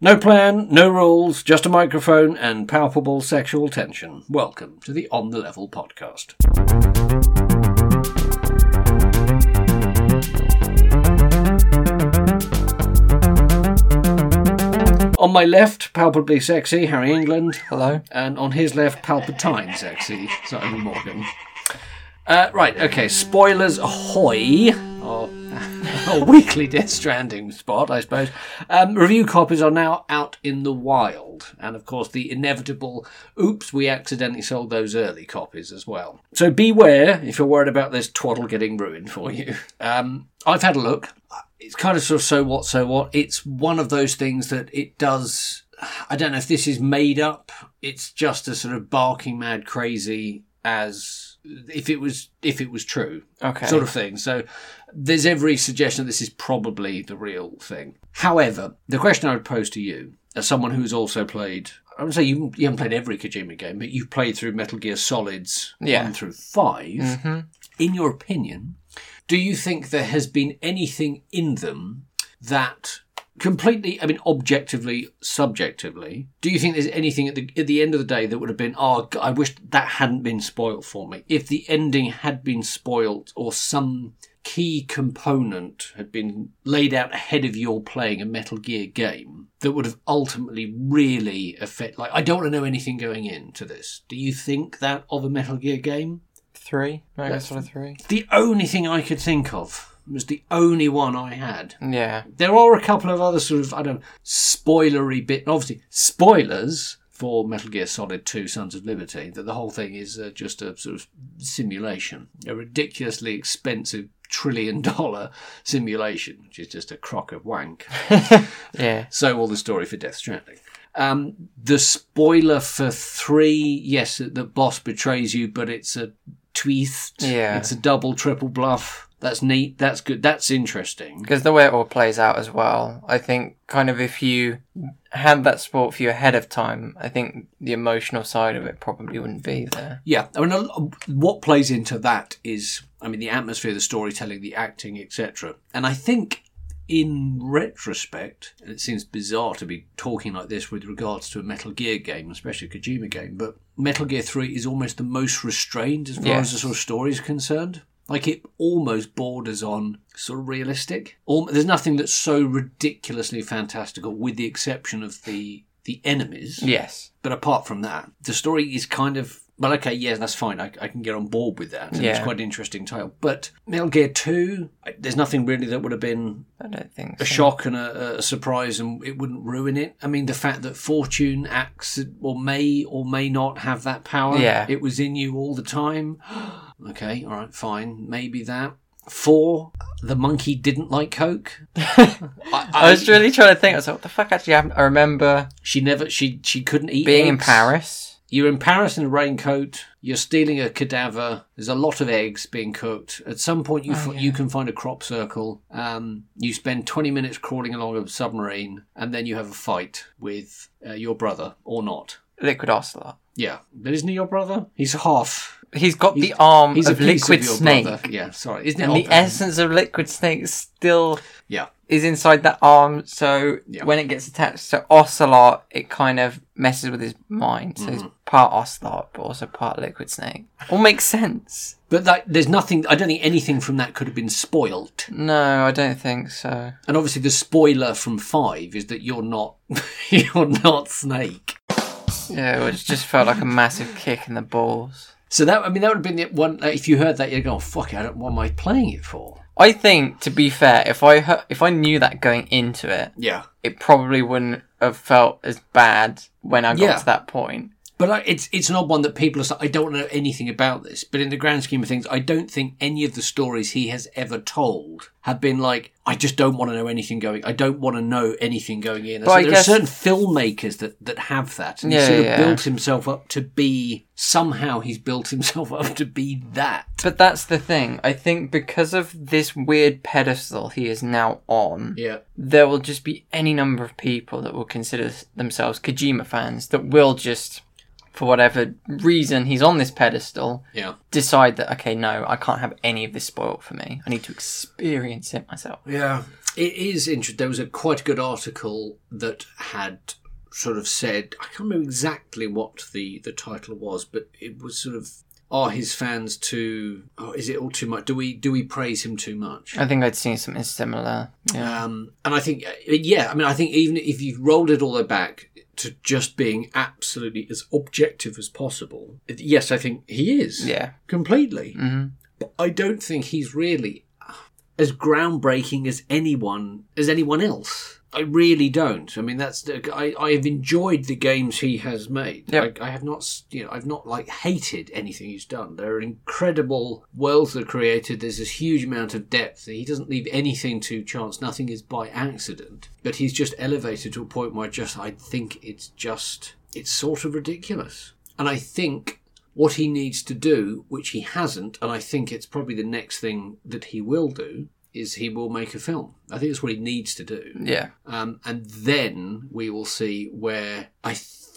No plan, no rules, just a microphone and palpable sexual tension. Welcome to the On the Level podcast. On my left, palpably sexy, Harry England. Hello. And on his left, Palpatine sexy, Simon Morgan. Uh, right, okay, spoilers ahoy. Our, our weekly Death Stranding spot, I suppose. Um, review copies are now out in the wild. And of course, the inevitable oops, we accidentally sold those early copies as well. So beware if you're worried about this twaddle getting ruined for you. Um, I've had a look. It's kind of sort of so what, so what. It's one of those things that it does I don't know if this is made up. It's just a sort of barking mad crazy as if it was if it was true Okay. sort of thing. So there's every suggestion that this is probably the real thing. However, the question I would pose to you, as someone who's also played, I would say you, you haven't played every Kojima game, but you've played through Metal Gear Solids Yeah. Mm-hmm. one through 5 In your opinion, do you think there has been anything in them that completely, I mean, objectively, subjectively, do you think there's anything at the, at the end of the day that would have been, oh, g- I wish that hadn't been spoilt for me? If the ending had been spoilt or some key component had been laid out ahead of your playing a Metal Gear game that would have ultimately really affect, like, I don't want to know anything going into this. Do you think that of a Metal Gear game? Three. Maybe That's- sort of three. The only thing I could think of was the only one I had Yeah. there are a couple of other sort of I don't know, spoilery bit. Obviously, spoilers for Metal Gear Solid Two: Sons of Liberty. That the whole thing is uh, just a sort of simulation, a ridiculously expensive trillion dollar simulation, which is just a crock of wank. Yeah. So will the story for Death Stranding. Um, the spoiler for three, yes, the boss betrays you, but it's a twist. Yeah. It's a double, triple bluff. That's neat. That's good. That's interesting. Because the way it all plays out as well, I think kind of if you had that sport for you ahead of time, I think the emotional side of it probably wouldn't be there. Yeah, I mean, a lo- what plays into that is, I mean, the atmosphere, the storytelling, the acting, etc. And I think, in retrospect, and it seems bizarre to be talking like this with regards to a Metal Gear game, especially a Kojima game, but Metal Gear Three is almost the most restrained as far Yeah. as the sort of story is concerned. Like it almost borders on sort of realistic. Al- There's nothing that's so ridiculously fantastical, with the exception of the the enemies. Yes. But apart from that, the story is kind of well, okay, yeah, that's fine. I, I can get on board with that. And It's Yeah. quite an interesting tale. But Metal Gear Two, I- there's nothing really that would have been I don't think so. a shock and a, a surprise, and it wouldn't ruin it. I mean, the fact that Fortune acts or may or may not have that power, Yeah. it was in you all the time. okay, all right, fine, maybe that. Four, the monkey didn't like Coke. I, I was really trying to think. I was like, what the fuck actually happened? I remember she never, she she couldn't eat. being in eggs. Paris. You're in Paris in a raincoat. You're stealing a cadaver. There's a lot of eggs being cooked. At some point, Oh, you f- you can find a crop circle. Um, you spend 20 minutes crawling along a submarine, and then you have a fight with uh, your brother or not. Liquid Ocelot. Yeah, but isn't he your brother? He's half. He's got the arm He's of a piece Liquid of your Snake. brother. Yeah, sorry. Isn't it And the odd? essence of Liquid Snake still Yeah, is inside that arm, so Yeah. when it gets attached to Ocelot, it kind of messes with his mind. So he's Mm-hmm. part Ocelot, but also part Liquid Snake. All makes sense. but that, there's nothing. I don't think anything from that could have been spoilt. No, I don't think so. And obviously, the spoiler from five is that you're not you're not Snake. Yeah, it just felt like a massive kick in the balls. So that I mean that would have been the one. Like, if you heard that, you'd go, oh, "Fuck it! I don't, what am I playing it for?" I think, to be fair, if I hu- if I knew that going into it, Yeah, it probably wouldn't have felt as bad when I got Yeah. to that point. but I, it's it's an odd one that people are. so- I don't know anything about this, but in the grand scheme of things, I don't think any of the stories he has ever told have been like, "I just don't want to know anything going. I don't want to know anything going in." So I there guess- are certain filmmakers that that have that, and he Yeah, sort of yeah. built himself up to be somehow he's built himself up to be that. But that's the thing. I think because of this weird pedestal he is now on, Yeah, there will just be any number of people that will consider themselves Kojima fans that will just, for whatever reason he's on this pedestal, yeah. decide that, okay, no, I can't have any of this spoiled for me. I need to experience it myself. Yeah. It is interesting. There was a quite a good article that had sort of said I can't remember exactly what the the title was, but it was sort of are his fans too? Oh, is it all too much? Do we do we praise him too much? I think I'd seen something similar. Yeah. Um, and I think, uh, yeah, I mean, I think even if you rolled it all the way back to just being absolutely as objective as possible, yes, I think he is Yeah. completely. hmm But I don't think he's really as groundbreaking as anyone as anyone else. I really don't. I mean, that's the, I I have enjoyed the games he has made. Yep. I, I have not, s- you know, I've not like hated anything he's done. There are incredible worlds that are created. There's this huge amount of depth. He doesn't leave anything to chance. Nothing is by accident. But he's just elevated to a point where I just I think it's just it's sort of ridiculous. And I think what he needs to do, which he hasn't, and I think it's probably the next thing that he will do, is he will make a film. I think that's what he needs to do. Yeah. Um, and then we will see where I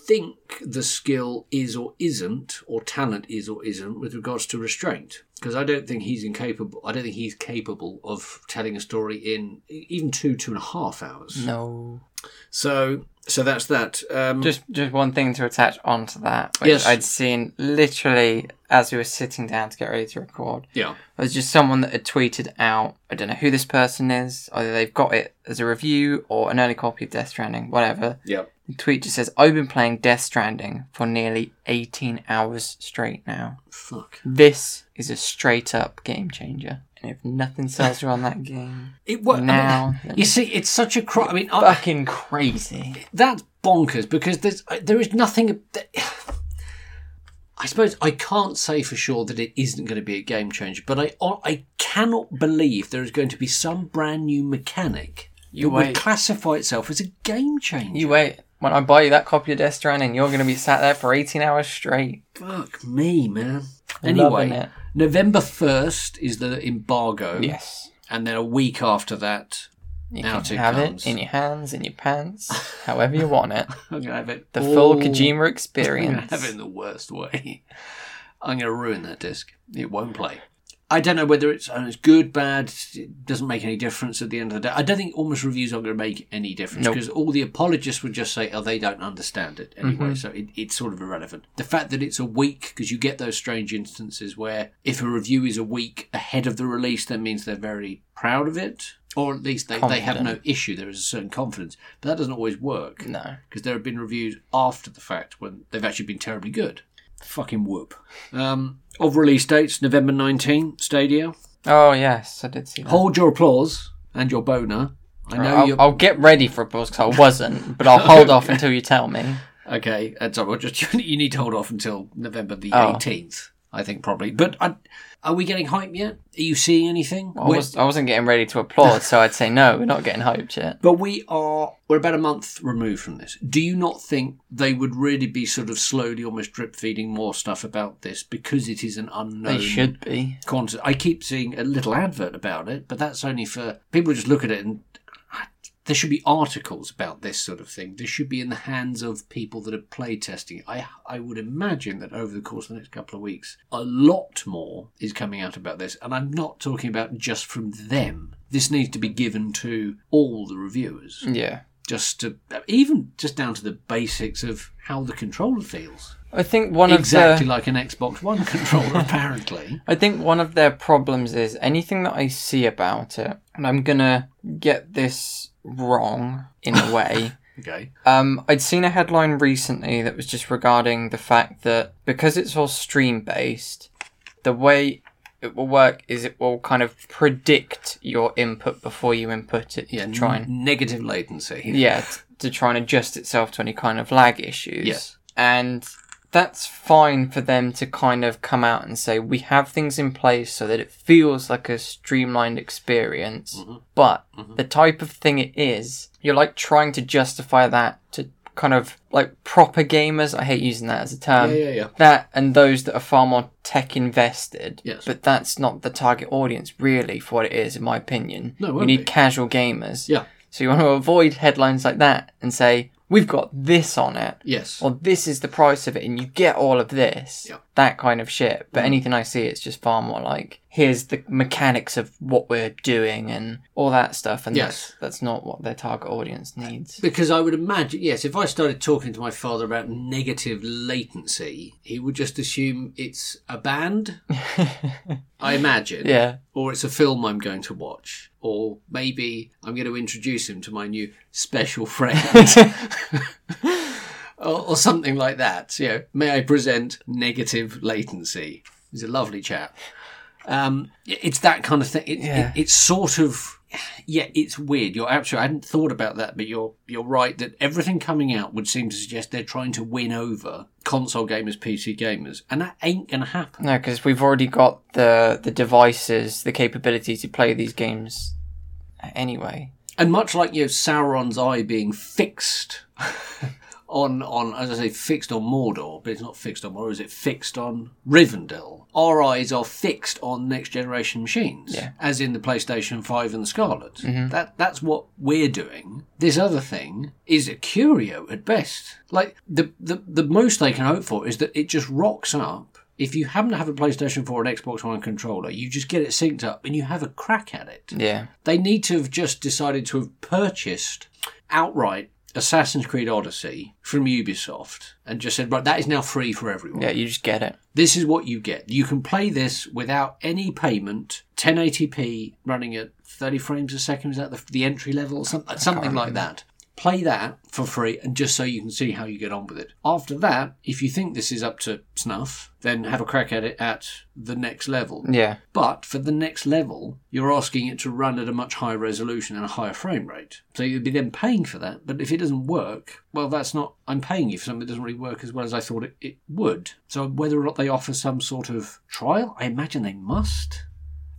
think the skill is or isn't, or talent is or isn't, with regards to restraint. Because I don't think he's incapable. I don't think he's capable of telling a story in e, even two, two and a half Mm. hours. No. So, so that's that. Um, Just just one thing to attach onto that, which Yes. I'd seen literally as we were sitting down to get ready to record. yeah, It was just someone that had tweeted out, I don't know who this person is, either they've got it as a review or an early copy of Death Stranding, whatever. yeah. The tweet just says, I've been playing Death Stranding for nearly 18 hours straight now. Fuck. This is a straight up game changer. And if nothing sells you on that game It wa- I mean, now, You then see, it's such a crime. I mean, I- fucking crazy. that's bonkers because there's uh, there is nothing. I suppose I can't say for sure that it isn't going to be a game changer, but I I cannot believe there is going to be some brand new mechanic You that would wait. classify itself as a game changer. You wait. When I buy you that copy of Death Stranding, you're going to be sat there for 18 hours straight. Fuck me, man. Loving Anyway, it. November first is the embargo, Yes. and then a week after that, You Out can it have comes. it in your hands, in your pants, however you want it. I'm gonna have it The full all- Kojima I'm gonna experience. have it in the worst way. I'm going to ruin that disc. It won't play. I don't know whether it's, uh, it's good, bad. It doesn't make any difference at the end of the day. I don't think almost reviews are going to make any difference Nope. because all the apologists would just say, "Oh, they don't understand it anyway." Mm-hmm. So it, it's sort of irrelevant. The fact that it's a week because you get those strange instances where if a review is a week ahead of the release, that means they're very proud of it, or at least they, they have no issue. There is a certain confidence, but that doesn't always work No. because there have been reviews after the fact when they've actually been terribly good. Fucking whoop. Um, of release dates, November 19, Stadia. Oh, yes, I did see that. Hold your applause and your boner. I know I'll, you're. I'll get ready for applause because I wasn't, but I'll hold off until you tell me. Okay, that's all right. Just, you need to hold off until November the Oh. 18th, I think, probably. But I, are we getting hype yet? Are you seeing anything? I, We're- was, I wasn't getting ready to applaud, so I'd say no, we're not getting hyped yet. But we are we're about a month removed from this. Do you not think they would really be sort of slowly almost drip feeding more stuff about this because it is an unknown They should be. quantity. I keep seeing a little advert about it, but that's only for people just look at it and "Ah, there should be articles about this sort of thing. This should be in the hands of people that are playtesting. it. I I would imagine that over the course of the next couple of weeks, a lot more is coming out about this, and I'm not talking about just from them. This needs to be given to all the reviewers, Yeah. just to even just down to the basics of how the controller feels. I think one of the. Exactly like an Xbox One controller, apparently. I think one of their problems is anything that I see about it, and I'm gonna get this wrong in a way. Okay. um, I'd seen a headline recently that was just regarding the fact that because it's all stream based, the way it will work is it will kind of predict your input before you input it Yeah, to try and n- negative latency. yeah t- to try and adjust itself to any kind of lag issues Yes. and that's fine for them to kind of come out and say we have things in place so that it feels like a streamlined experience Mm-hmm. but the type of thing it is you're like trying to justify that to kind of like proper gamers i hate using that as a term yeah, yeah, yeah. that and those that are far more tech invested. Yes. But that's not the target audience really for what it is, in my opinion. No, it you won't need be. casual gamers. Yeah. So you want to avoid headlines like that and say, We've got this on it Yes. or this is the price of it and you get all of this. Yeah. Mm-hmm. that kind of shit. But anything I see, it's just far more like here's the mechanics of what we're doing and all that stuff. And Yes. that's that's not what their target audience needs. Because I would imagine, yes, if I started talking to my father about negative latency, he would just assume it's a band. I imagine. Yeah, Or it's a film I'm going to watch. Or maybe I'm going to introduce him to my new special friend. or, or something like that. You know, may I present negative latency? He's a lovely chap. Um, it's that kind of thing. It, Yeah. it, it's sort of yeah, it's weird. You're absolutely. I hadn't thought about that, but you're you're right that everything coming out would seem to suggest they're trying to win over console gamers, PC gamers, and that ain't gonna happen. no, because we've already got the the devices, the capability to play these games anyway. And much like you know, Sauron's eye being fixed on on as I say, fixed on Mordor, but it's not fixed on Mordor. Is it fixed on Rivendell? Our eyes are fixed on next generation machines, Yeah. as in the PlayStation Five and the Scarlet. That that's what we're doing. This other thing is a curio at best. Like the the the most they can hope for is that it just rocks up. If you happen to have a PlayStation 4 and Xbox One controller, you just get it synced up and you have a crack at it. Yeah, They need to have just decided to have purchased outright Assassin's Creed Odyssey from Ubisoft and just said, right, that is now free for everyone. yeah, you just get it. This is what you get. You can play this without any payment, 1080p running at 30 frames a second. Is that the, the entry level or something, something like that? Play that for free and just so you can see how you get on with it. After that, if you think this is up to snuff, then have a crack at it at the next level. Yeah, But for the next level, you're asking it to run at a much higher resolution and a higher frame rate. So you'd be then paying for that. But if it doesn't work, well, that's not. I'm paying you for something that doesn't really work as well as I thought it, it would. So whether or not they offer some sort of trial, I imagine they must.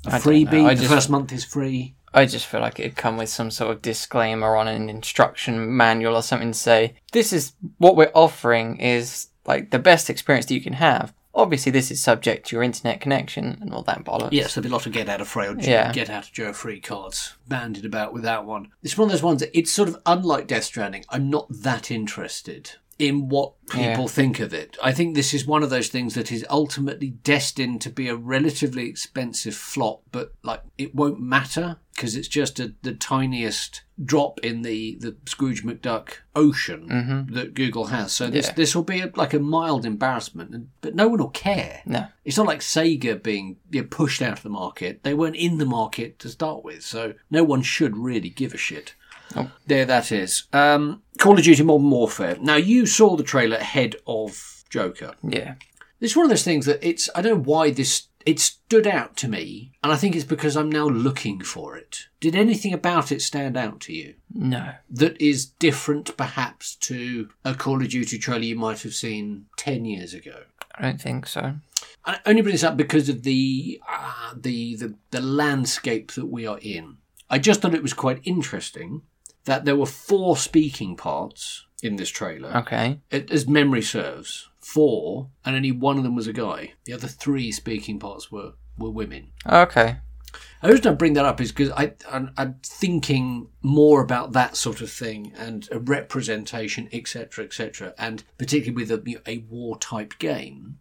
A I don't know. freebie, I the just- first month is free. I just feel like it'd come with some sort of disclaimer on an instruction manual or something to say, this is what we're offering is like the best experience that you can have. Obviously, this is subject to your internet connection and all that bollocks. Yes, there'd be a lot of get out of free or Yeah. get out of jail free cards banded about with that one. It's one of those ones that it's sort of unlike Death Stranding. I'm not that interested in what people Yeah. think of it. I think this is one of those things that is ultimately destined to be a relatively expensive flop, but like it won't matter because it's just a, the tiniest drop in the, the Scrooge McDuck ocean that Google has. So this Mm-hmm. Yeah. this will be a, like a mild embarrassment, and, but no one will care. No. It's not like Sega being you know, pushed out of the market. They weren't in the market to start with, so no one should really give a shit. Nope. There that is. Um, Call of Duty Modern Warfare. Now, you saw the trailer ahead of Joker. Yeah. It's one of those things that it's, I don't know why this, it stood out to me, and I think it's because I'm now looking for it. Did anything about it stand out to you? No. that is different perhaps to a Call of Duty trailer you might have seen 10 years ago. I don't think so. I only bring this up because of the, uh, the, the, the landscape that we are in. I just thought it was quite interesting that there were four speaking parts in this trailer, Okay. It- as memory serves. Four, and only one of them was a guy. The other three speaking parts were, were women. Okay. The reason I bring that up is because I I'm, I'm thinking more about that sort of thing and a representation, etc., etc., and particularly with a, you know, a war type game.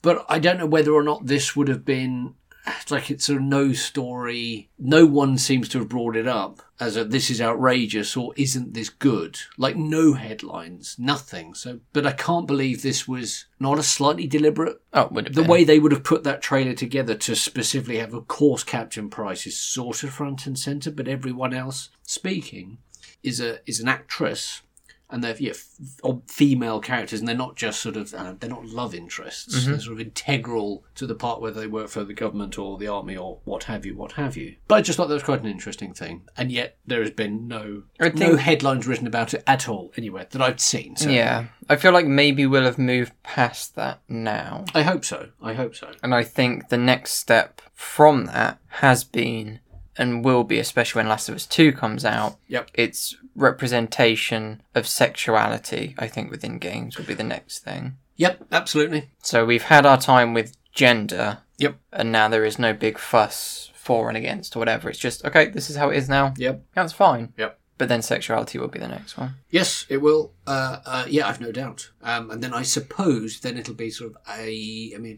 But I don't know whether or not this would have been it's like it's a no story. No one seems to have brought it up as a this is outrageous or isn't this good. Like no headlines, nothing. So, but I can't believe this was not a slightly deliberate Oh, it would have the been. way they would have put that trailer together to specifically have a course captain price is sort of front and center, but everyone else speaking is a is an actress, and they're yeah, f- or female characters, and they're not just sort of uh, they're not love interests. Mm-hmm. They're sort of integral to the part whether they work for the government or the army or what have you, what have you. But I just thought that was quite an interesting thing, and yet there has been no I no think- headlines written about it at all anywhere that I've seen. So Yeah. I feel like maybe we'll have moved past that now. I hope so. I hope so. And I think the next step from that has been and will be, especially when Last of Us 2 comes out, Yep. its representation of sexuality, I think, within games will be the next thing. Yep. Absolutely. So we've had our time with gender, Yep. and now there is no big fuss for and against or whatever. It's just, okay, this is how it is now. Yep. That's fine. Yep. But then sexuality will be the next one. Yes, it will. Uh, uh, yeah, I've no doubt. Um, and then I suppose then it'll be sort of a, I mean,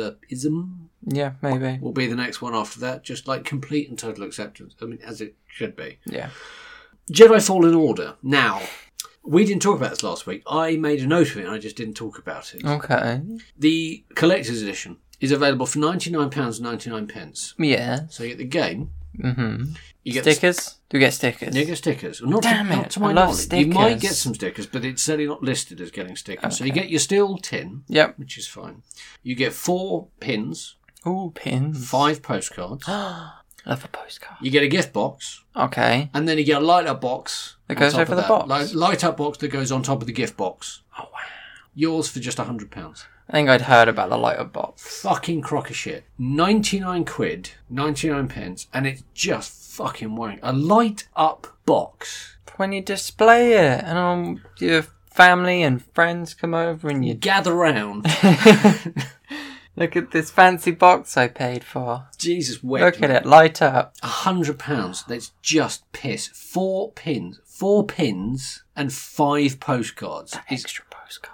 transgenderism Yeah, maybe. will be the next one after that. Just like complete and total acceptance. I mean, as it should be. Yeah. Jedi Fallen Order. Now, we didn't talk about this last week. I made a note of it and I just didn't talk about Oh. it. Okay. The collector's edition is available for £99.99. pence. Yeah. So you get the game. Mm-hmm. You get the Stickers? Do we get stickers? You get stickers. Not Damn to, it, Not to my I love knowledge. You might stickers. get some stickers, but it's certainly not listed as getting stickers. So you get your steel tin, Yep. which is fine. You get four pins, Ooh, pins. five postcards. Love a postcard. You get a gift box, Okay. and then you get a light up box That on goes top over of the that. box. Light, light up box that goes on top of the gift box. Oh wow. Yours for just a hundred pounds. I think I'd heard about the light up box. Fucking crock of shit. Ninety nine quid, ninety nine pence, and it's just fucking worrying. A light up box. When you display it, and um, your family and friends come over, and you Gather round. look at this fancy box I paid for. Jesus, wet. Look at it, light up. A hundred pounds. That's just piss. Four pins, four pins, and five postcards. Extra postcard.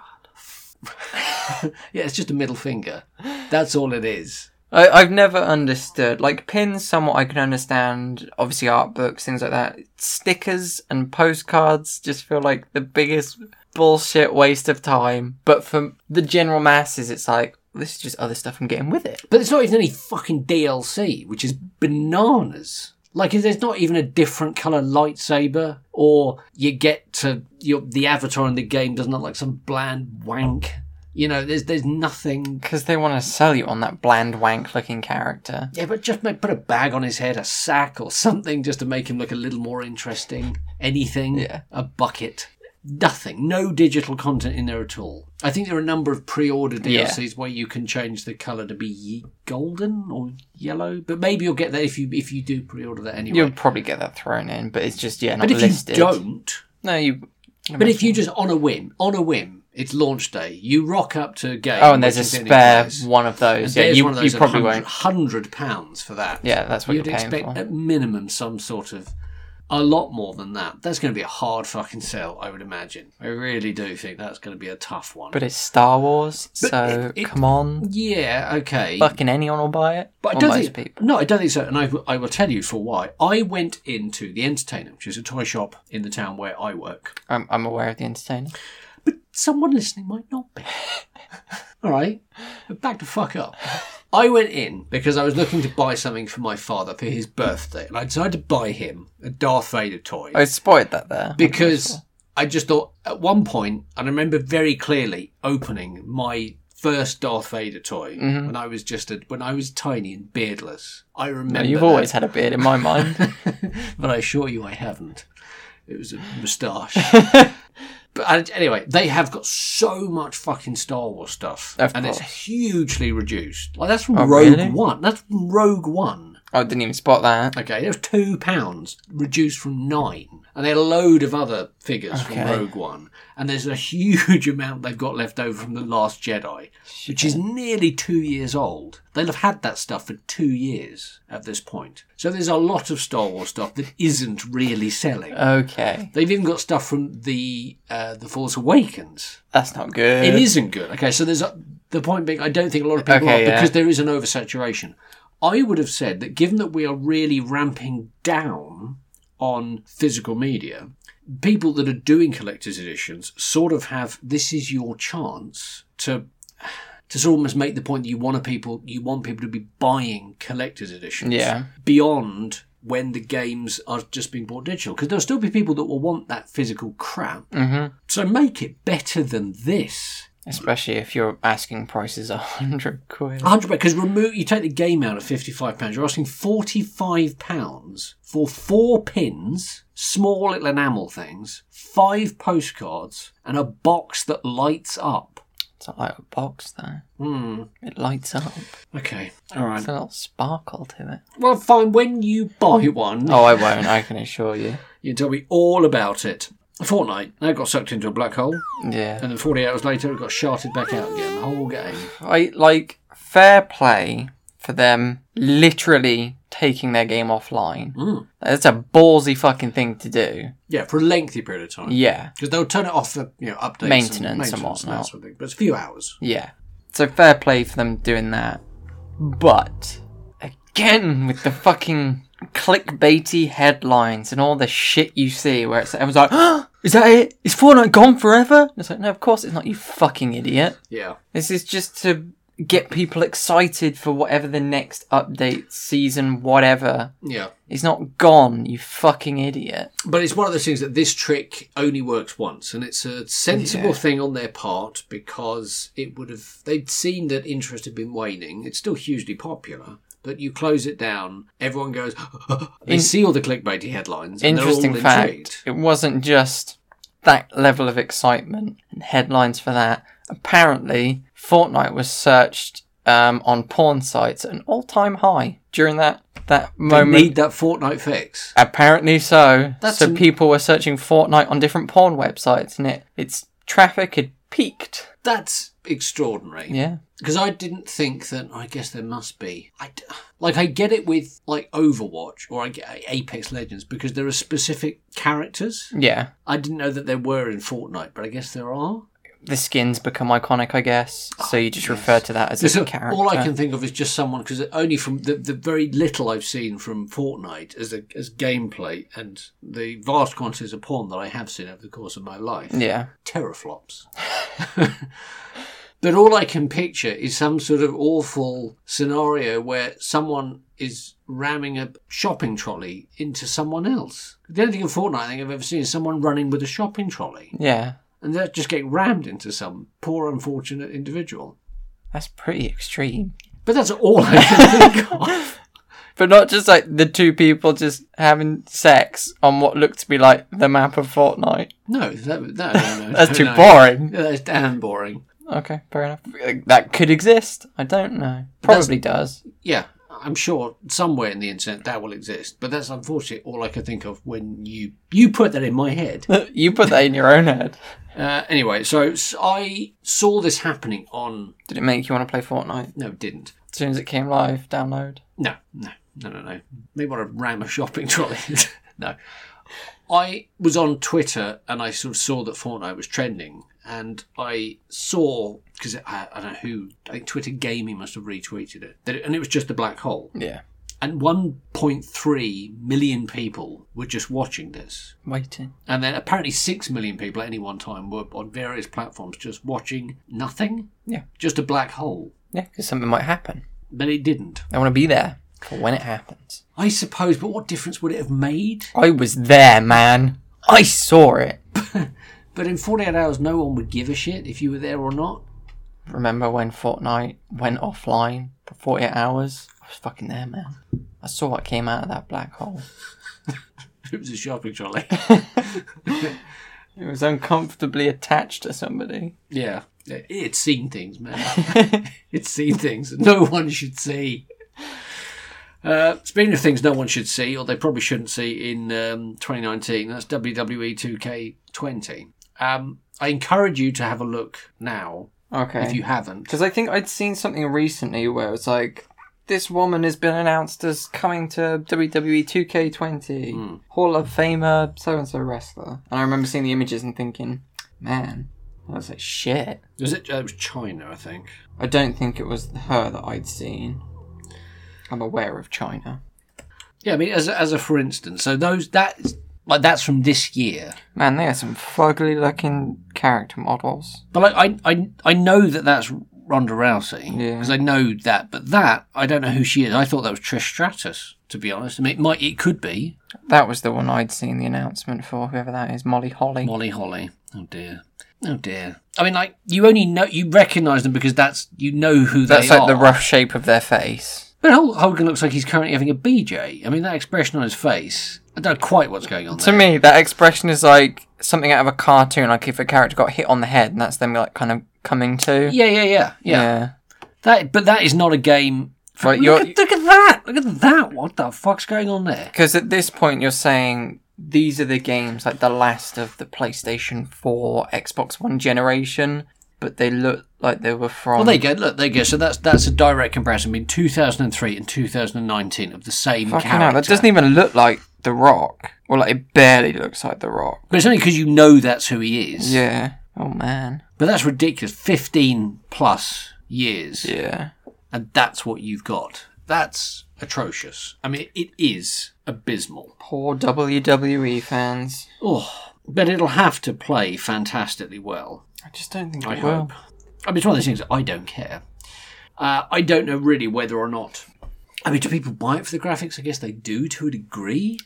Yeah, it's just a middle finger. That's all it is. I, I've never understood like pins. Somewhat I can understand. Obviously, art books, things like that. Stickers and postcards just feel like the biggest bullshit waste of time. But for the general masses, it's like this is just other stuff I'm getting with it. But it's not even any fucking DLC, which is bananas. Like, there's not even a different color lightsaber, or you get to your the avatar in the game doesn't look like some bland wank. You know, there's there's nothing Because they want to sell you on that bland wank looking character. Yeah, but just make, put a bag on his head, a sack or something, just to make him look a little more interesting. Anything. Yeah. A bucket. Nothing. No digital content in there at all. I think there are a number of pre-order Yeah. DLCs where you can change the color to be ye- golden or yellow, but maybe you'll get that if you if you do pre-order that anyway. You'll probably get that thrown in, but it's just yeah, not but if listed. you don't, no, you. but if you just on a whim, on a whim, it's launch day. You rock up to a game. oh, and there's a which is in spare English. one of those. Yeah, There's you, one of those you at probably 100 won't. Hundred pounds for that. Yeah, that's what You'd you're paying expect for. at minimum some sort of a lot more than that. That's going to be a hard fucking sell, I would imagine. I really do think that's going to be a tough one. But it's Star Wars, so it- it- come on, yeah, okay. fucking anyone will buy it. But I Or don't most think, people. No, I don't think so. And I, I will tell you for why. I went into the Entertainer, which is a toy shop in the town where I work. I'm, I'm aware of the entertainer. Someone listening might not be. All right, back the fuck up. I went in because I was looking to buy something for my father for his birthday, and I decided to buy him a Darth Vader toy. I spoiled that there. because I just thought at one point, and I remember very clearly opening my first Darth Vader toy Mm-hmm. when I was just a, when I was tiny and beardless. I remember You've that, always had a beard in my mind. but I assure you, I haven't. It was a moustache. but I, anyway, they have got so much fucking Star Wars stuff, Of and course. it's hugely reduced. Like that's from Oh, Rogue really? One. That's from Rogue One. Oh, I didn't even spot that. Okay, it was two pounds reduced from nine, and they had a load of other figures from Okay. Rogue One, and there's a huge amount they've got left over from the Last Jedi, which is nearly two years old. They'll have had that stuff for two years at this point, so there's a lot of Star Wars stuff that isn't really selling. Uh, Okay, They've even got stuff from the uh, the Force Awakens. that's not good. It isn't good. Okay, so there's a, the point being, I don't think a lot of people Okay, are yeah. because there is an oversaturation. I would have said that given that we are really ramping down on physical media, people that are doing collector's editions sort of have this is your chance to to sort of almost make the point that you want to people you want people to be buying collector's editions Yeah. beyond when the games are just being bought digital because there'll still be people that will want that physical crap Mm-hmm. so make it better than this Especially if your asking price is a hundred quid. 100 because remove you take the game out of 55 pounds you're asking 45 pounds for four pins small little enamel things five postcards and a box that lights up It's not like a box though. hmm It lights up. okay all right It's a little sparkle to it. well fine when you buy one Oh, I won't. I can assure you. you tell me all about it Fortnite now got sucked into a black hole Yeah. and then 40 hours later it got sharted back out again the whole game I like fair play for them literally taking their game offline. Mm. That's a ballsy fucking thing to do. Yeah, for a lengthy period of time. Yeah. Because they'll turn it off for you know updates, and Maintenance and maintenance and, that whatnot. sort of thing. But it's a few hours. Yeah. So fair play for them doing that. But again with the fucking clickbaity headlines and all the shit you see where it's everyone's like, oh, is that it? Is Fortnite gone forever? And it's like, no, of course it's not, you fucking idiot. Yeah, This is just to get people excited for whatever the next update, season, whatever. yeah. It's not gone, you fucking idiot. But it's one of those things that this trick only works once, and it's a sensible thing on their part because it would have they'd seen that interest had been waning. It's still hugely popular, but you close it down, everyone goes. they see all the clickbaity headlines. And Interesting they're all fact, Intrigued. it wasn't just that level of excitement and headlines for that. Apparently, Fortnite was searched um, on porn sites at an all-time high during that that They moment. need that Fortnite fix. Apparently so. That's so an- people were searching Fortnite on different porn websites, and it its traffic had peaked. That's extraordinary. Yeah, because I didn't think that. I guess there must be. I d- like I get it with like Overwatch or I get Apex Legends because there are specific characters. yeah. I didn't know that there were in Fortnite, but I guess there are. The skins become iconic, I guess. So you just refer to that as So a character. Oh, all I can think of is just someone because only from the, the very little I've seen from Fortnite as a, as gameplay and the vast quantities of porn that I have seen over the course of my life. Yeah. teraflops. but all I can picture is some sort of awful scenario where someone is ramming a shopping trolley into someone else. The only thing in Fortnite I think I've ever seen is someone running with a shopping trolley, Yeah. and they're just getting rammed into some poor, unfortunate individual. That's pretty extreme. But that's all I can think of. But not just like the two people just having sex on what looked to be like the map of Fortnite. No, that, that, no, no, no, That's too no. boring. Yeah, that's damn boring. Okay, fair enough. That could exist. I don't know. Probably does. Yeah, I'm sure somewhere in the internet that will exist, but that's unfortunately all I can think of when you you put that in my head. you put that in your own head. Uh, anyway, so s- I saw this happening on. Did it make you want to play Fortnite? No, it didn't. As soon as it came live, download. No, no, no, no, no. They want to ram a shopping trolley. no. I was on Twitter and I sort of saw that Fortnite was trending. And I saw, because I, I don't know who, I think Twitter Gaming must have retweeted it. That it and it was just a black hole. Yeah. And 1.3 million people were just watching this. Waiting. And then apparently 6 million people at any one time were on various platforms just watching nothing. Yeah. Just a black hole. Yeah, because something might happen. But it didn't. They want to be there for when it happens. I suppose, but what difference would it have made? I was there, man. I saw it. But in 48 hours, no one would give a shit if you were there or not. Remember when Fortnite went offline for 48 hours? I was fucking there, man. I saw what came out of that black hole. It was a shopping trolley. It was uncomfortably attached to somebody. yeah. It's seen things, man. it's seen things that no one should see. Uh, speaking of things no one should see, or they probably shouldn't see in um, 2019, that's E WWE 2K20. Um, I encourage you to have a look now if Okay. you haven't. Because I think I'd seen something recently where it's like, this woman has been announced as coming to E WWE 2K20, Hall of Famer, so and so wrestler. And I remember seeing the images and thinking, man, that was like shit. Was it? uh, It was China, I think. I don't think it was her that I'd seen. I'm aware of China. Yeah, I mean, as a, as a for instance, so those that like that's from this year. Man, they are some fugly looking character models. But like, I, I, I know that that's Ronda Rousey because I know that. But that I don't know who she is. I thought that was Trish Stratus. To be honest, I mean, it might it could be That was the one I'd seen the announcement for, whoever that is, Molly Holly. Molly Holly. Oh dear, oh dear. I mean, like you only know you recognise them because that's you know who That's they like are. the rough shape of their face. but Hul- Hogan looks like he's currently having a BJ. I mean, that expression on his face. I don't know quite what's going on To there. me, that expression is like something out of a cartoon, like if a character got hit on the head and that's them like kind of coming to. Yeah, yeah, yeah, yeah. Yeah. That, but that is not a game. Right, look, you're- at, look at that! Look at that! What the fuck's going on there? Because at this point, you're saying these are the games like the last of the PlayStation 4, Xbox One generation. but they looked like they were from. Well, there you go. Look, there you go. So that's that's a direct comparison between 2003 and 2019 of the same Fucking character. hell, that doesn't even look like The Rock. Well, like, it barely looks like The Rock. But it's only because you know that's who he is. Yeah. Oh man. But that's ridiculous. 15 plus years, Yeah. and that's what you've got. That's atrocious. I mean, it is abysmal. Poor WWE fans. Oh, but it'll have to play fantastically well. I just don't think I it will. hope. I mean, it's one of those things that I don't care. Uh, I don't know really whether or not. I mean, do people buy it for the graphics? I guess they do to a degree.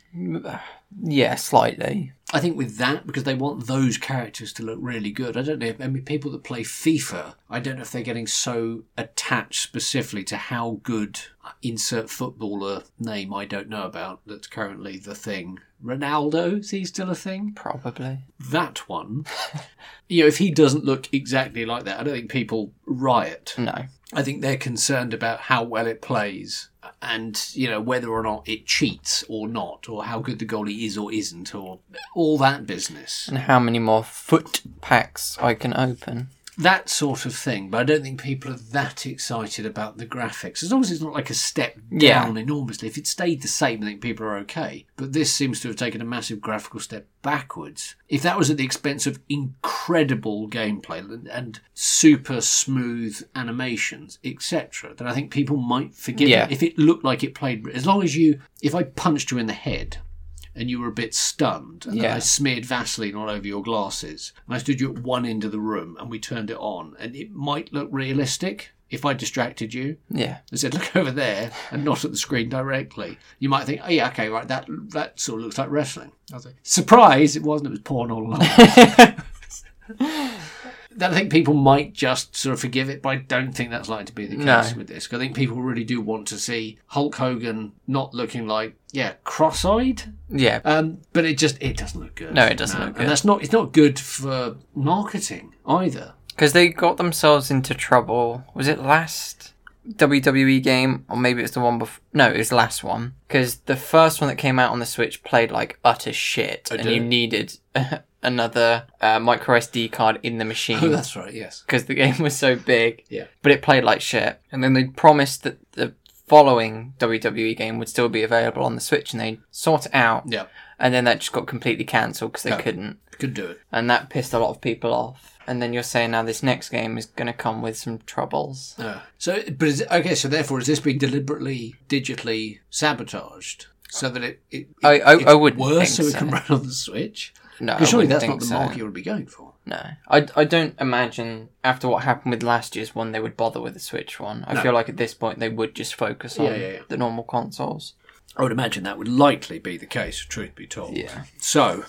Yeah, slightly. I think with that, because they want those characters to look really good. I don't know. I mean, people that play FIFA, I don't know if they're getting so attached specifically to how good uh, insert footballer name I don't know about that's currently the thing. Ronaldo, is he still a thing? Probably. That one. you know, if he doesn't look exactly like that, I don't think people riot. No. I think they're concerned about how well it plays and you know whether or not it cheats or not or how good the goalie is or isn't or all that business And how many more foot packs I can open? that sort of thing but I don't think people are that excited about the graphics as long as it's not like a step Yeah. down enormously if it stayed the same I think people are okay but this seems to have taken a massive graphical step backwards if that was at the expense of incredible gameplay and, and super smooth animations etc then I think people might forgive Yeah. it if it looked like it played as long as you if I punched you in the head and you were a bit stunned and then Yeah. I smeared Vaseline all over your glasses and I stood you at one end of the room and we turned it on and it might look realistic if I distracted you Yeah. and said look over there and not at the screen directly you might think oh yeah okay right that that sort of looks like wrestling I was like surprise it wasn't it was porn all along Then I think people might just sort of forgive it, but I don't think that's likely to be the No. case with this. 'Cause I think people really do want to see Hulk Hogan not looking like, yeah, cross-eyed. Yeah. Um, but it just it doesn't look good. No, it doesn't look And good. that's not it's not good for marketing either. Because they got themselves into trouble. Was it last WWE game, or maybe it was the one before? No, it was the last one. Because the first one that came out on the Switch played like utter shit, and did you it? needed another uh, micro SD card in the machine that's right. Yes. because the game was so big. Yeah. But it played like shit, and then they promised that the following WWE game would still be available on the Switch, and they sort it out. Yeah. And then that just got completely cancelled because they No. couldn't Could do it. and that pissed a lot of people off. And then you're saying now this next game is going to come with some troubles. Uh, so, but is, okay. So therefore, is this being deliberately digitally sabotaged so that it it, it I- I- it's I wouldn't worse so think it can so. run on the Switch? No, I Because surely wouldn't that's think not the so. mark you would be going for. No, I, I don't imagine after what happened with last year's one they would bother with the Switch one. I feel like at this point they would just focus on Yeah, yeah, yeah. the normal consoles. I would imagine that would likely be the case. Truth be told. Yeah. So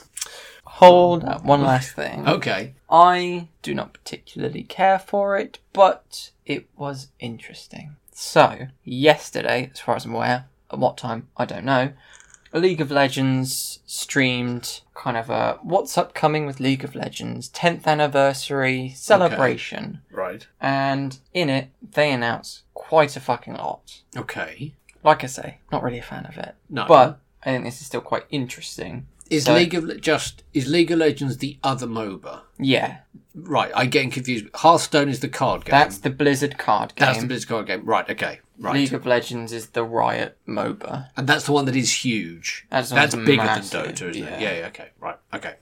Hold up, one last thing. okay. I do not particularly care for it, but it was interesting. So, yesterday, as far as I'm aware, at what time, I don't know, League of Legends streamed kind of a what's upcoming with League of Legends 10th anniversary celebration. Right. And in it, they announced quite a fucking lot. Okay. Like I say, not really a fan of it. No. But I think this is still quite interesting. is so- League of Le- just is League of Legends the other MOBA? Yeah, Right, I'm getting confused. Hearthstone is the card game. that's the Blizzard card game. That's the Blizzard card game. Right, okay. Right. League of Legends is the Riot MOBA. and that's the one that is huge. That's the one that's that's bigger than massive, Dota, isn't it? yeah. Yeah, yeah, okay. Right, okay.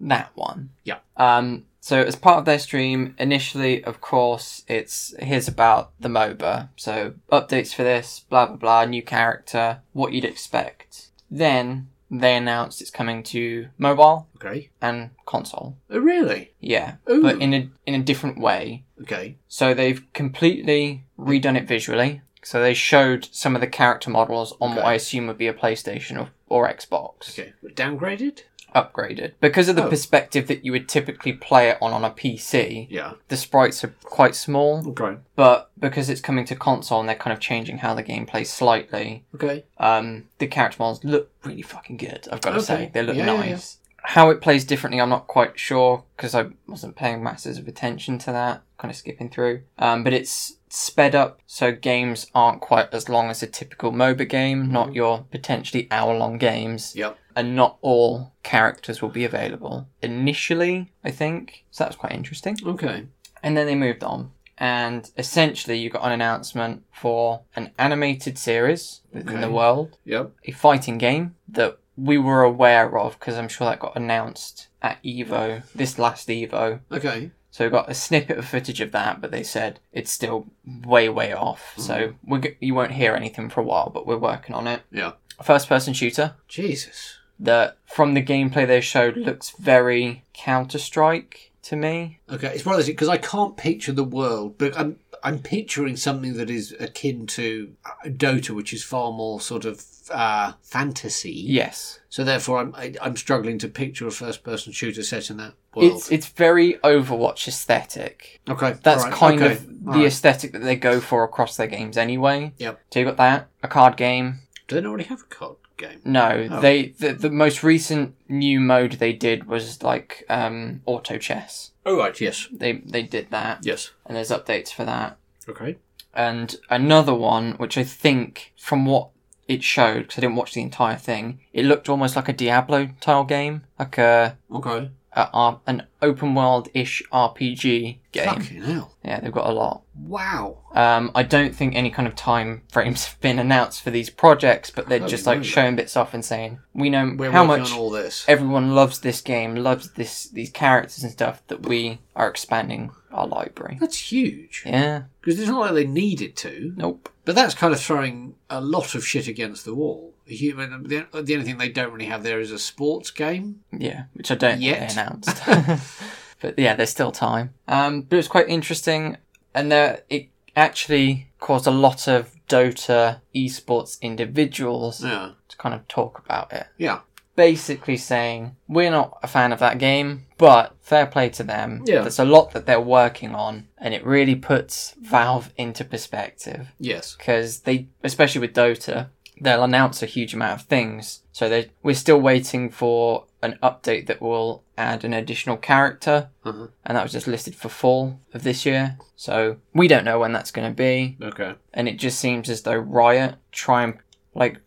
That one. Yeah. Um, so as part of their stream, initially, of course, it's here's about the MOBA. So updates for this, blah blah blah, new character, what you'd expect. Then they announced it's coming to mobile Okay. and console. Oh, really? Yeah. Ooh. But in a in a different way. Okay. So they've completely redone it visually. So they showed some of the character models on what Okay. I assume would be a PlayStation or, or Xbox. Okay. Downgraded? upgraded because of the Oh. perspective that you would typically play it on on a PC. Yeah. The sprites are quite small, Okay. but because it's coming to console and they're kind of changing how the game plays slightly, Okay. um, the character models look really fucking good. I've got to Okay. say, they look Yeah, yeah, nice. How it plays differently, I'm not quite sure because I wasn't paying masses of attention to that. Kind of skipping through, um, but it's sped up, so games aren't quite as long as a typical MOBA game. Mm-hmm. Not your potentially hour-long games Yep. and not all characters will be available initially, I think. So that was quite interesting. Okay. And then they moved on. And essentially, you got an announcement for an animated series within the Okay. world, Yep. a fighting game that we were aware of because I'm sure that got announced at Evo, this last Evo. Okay. So we got a snippet of footage of that, but they said it's still way, way off. Hmm. So we're, g- you won't hear anything for a while, but we're working on it. Yeah. First person shooter Jesus. that, from the gameplay they showed, looks very Counter Strike to me. Okay, it's one of those because I can't picture the world, but I'm I'm picturing something that is akin to uh, Dota, which is far more sort of uh, fantasy. Yes. So therefore, I'm I, I'm struggling to picture a first-person shooter set in that world. It's, it's very Overwatch aesthetic. okay, That's all right, kind okay, of the all right. aesthetic that they go for across their games anyway. Yep. So you got that, a card game. Do they already have a card game? No, Oh. they the, the most recent new mode they did was like um, auto chess. Oh right, yes, They they did that, yes. and there's updates for that. Okay, And another one, which I think from what it showed, because I didn't watch the entire thing, it looked almost like a Diablo style game, like a, okay. a R- an open world ish RPG game. Fucking hell! Yeah, they've got a lot. Wow. Um, I don't think any kind of time frames have been announced for these projects, but they're Holy just like moly. showing bits off and saying, "We know We're how working much on all this. everyone loves this game, loves this these characters and stuff that we are expanding our library." That's huge Yeah. because it's not like they needed to. Nope. But that's kind of throwing a lot of shit against the wall. A Human, the, the only thing they don't really have there is a sports game. Yeah, which I don't think Yet. they announced. but yeah, there's still time. Um, but it was quite interesting, and there it actually caused a lot of Dota esports individuals Yeah, to kind of talk about it. yeah, basically saying we're not a fan of that game, but fair play to them. Yeah. There's a lot that they're working on, and it really puts Valve into perspective yes, because they, especially with Dota, they'll announce a huge amount of things. So they, we're still waiting for an update that will add an additional character. Uh-huh. And that was just listed for fall of this year. So we don't know when that's going to be okay, and it just seems as though Riot try and like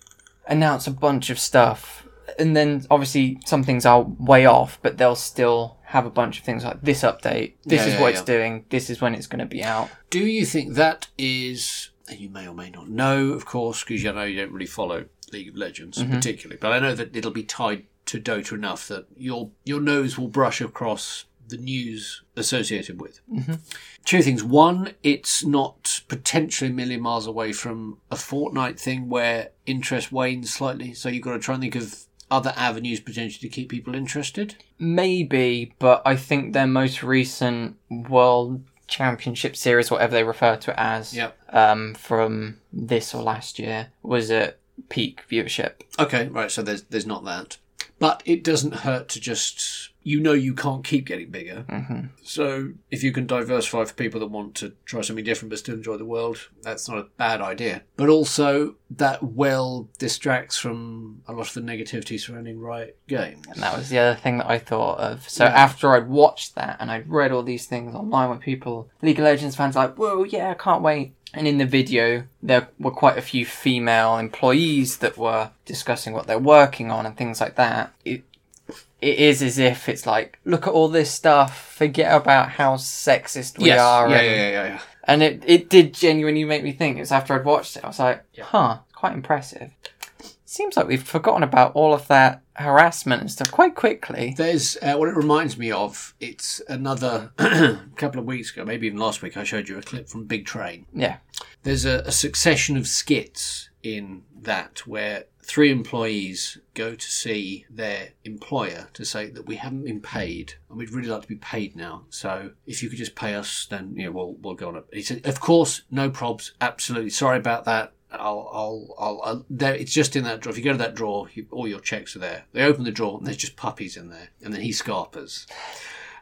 announce a bunch of stuff, and then obviously some things are way off, but they'll still have a bunch of things like this update. This Yeah, is yeah, what yeah. it's doing. This is when it's going to be out. Do you think that is, and you may or may not know, of course, because you know you don't really follow League of Legends particularly, but I know that it'll be tied to Dota enough that your your nose will brush across the news associated with. Two things. One, it's not potentially a million miles away from a fortnight thing where interest wanes slightly, so you've got to try and think of other avenues potentially to keep people interested. Maybe, but I think their most recent World Championship Series, whatever they refer to it as, Yep. um, from this or last year, was at peak viewership. Okay, right. So there's there's not that, but it doesn't hurt to just you know you can't keep getting bigger. hmm So if you can diversify for people that want to try something different but still enjoy the world, that's not a bad idea. But also that well distracts from a lot of the negativity surrounding Riot games. And that was the other thing that I thought of. So Yeah. after I'd watched that and I'd read all these things online where people, League of Legends fans, like, whoa, yeah, I can't wait. And in the video, there were quite a few female employees that were discussing what they're working on and things like that. It, it is as if it's like, look at all this stuff, forget about how sexist we Yes. are. um, yeah, and, yeah, yeah, yeah, yeah. and it, it did genuinely make me think. It was after I'd watched it, I was like, Yeah. huh, quite impressive. Seems like we've forgotten about all of that harassment and stuff quite quickly. There's uh, what it reminds me of. It's another couple of weeks ago, maybe even last week. I showed you a clip from Big Train. Yeah. there's a, a succession of skits in that where three employees go to see their employer to say that we haven't been paid and we'd really like to be paid now so if you could just pay us then you know we'll we'll go on up he said of course no probs absolutely sorry about that I'll, I'll, I'll, I'll there, it's just in that drawer. If you go to that drawer, you, all your checks are there. They open the drawer and there's just puppies in there. And then he scarpers.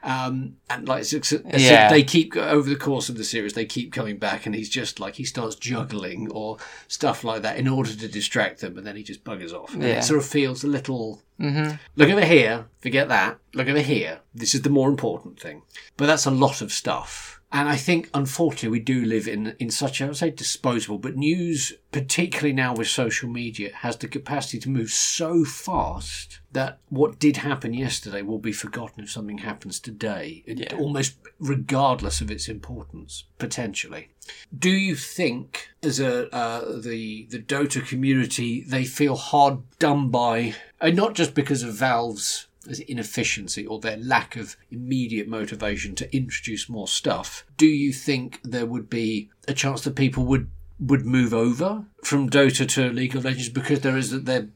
Um, and like, it's, it's- it's- Yeah. they keep, over the course of the series, they keep coming back and he's just like, he starts juggling or stuff like that in order to distract them. And then he just buggers off. And Yeah. it sort of feels a little Mm-hmm. Look over here, forget that. Look over here. This is the more important thing. But that's a lot of stuff. And I think, unfortunately, we do live in, in such, I would say, disposable, but news, particularly now with social media, has the capacity to move so fast that what did happen yesterday will be forgotten if something happens today, it- Yeah. almost regardless of its importance, potentially. Do you think, as a uh, the the Dota community, they feel hard done by, and not just because of Valve's inefficiency or their lack of immediate motivation to introduce more stuff? Do you think there would be a chance that people would would move over from Dota to League of Legends because there is that they're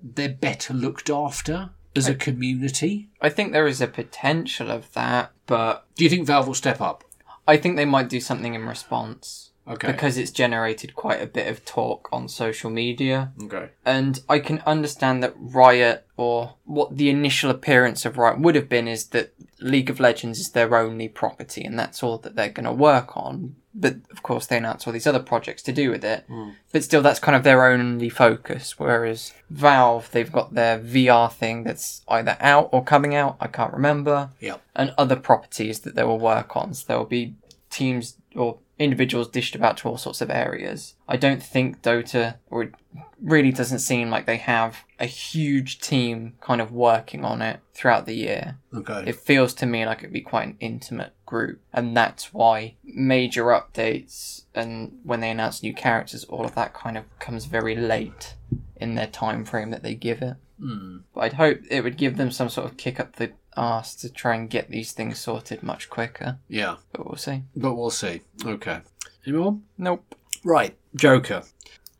they're better looked after as a community? I think there is a potential of that, but Do you think Valve will step up? I think they might do something in response Okay. because it's generated quite a bit of talk on social media. Okay. And I can understand that Riot, or what the initial appearance of Riot would have been, is that League of Legends is their only property and that's all that they're going to work on. But of course, they announce all these other projects to do with it. But still, that's kind of their only focus. Whereas Valve, they've got their VR thing that's either out or coming out, I can't remember Yep. and other properties that they will work on. So there will be teams or individuals dished about to all sorts of areas. I don't think Dota, or it really doesn't seem like they have a huge team kind of working on it throughout the year. Okay. It feels to me like it'd be quite an intimate group, and that's why major updates and when they announce new characters, all of that kind of comes very late in their time frame that they give it. But I'd hope it would give them some sort of kick up the arse to try and get these things sorted much quicker. yeah. But we'll see. But we'll see. Okay. Anyone? Nope. Right. Joker.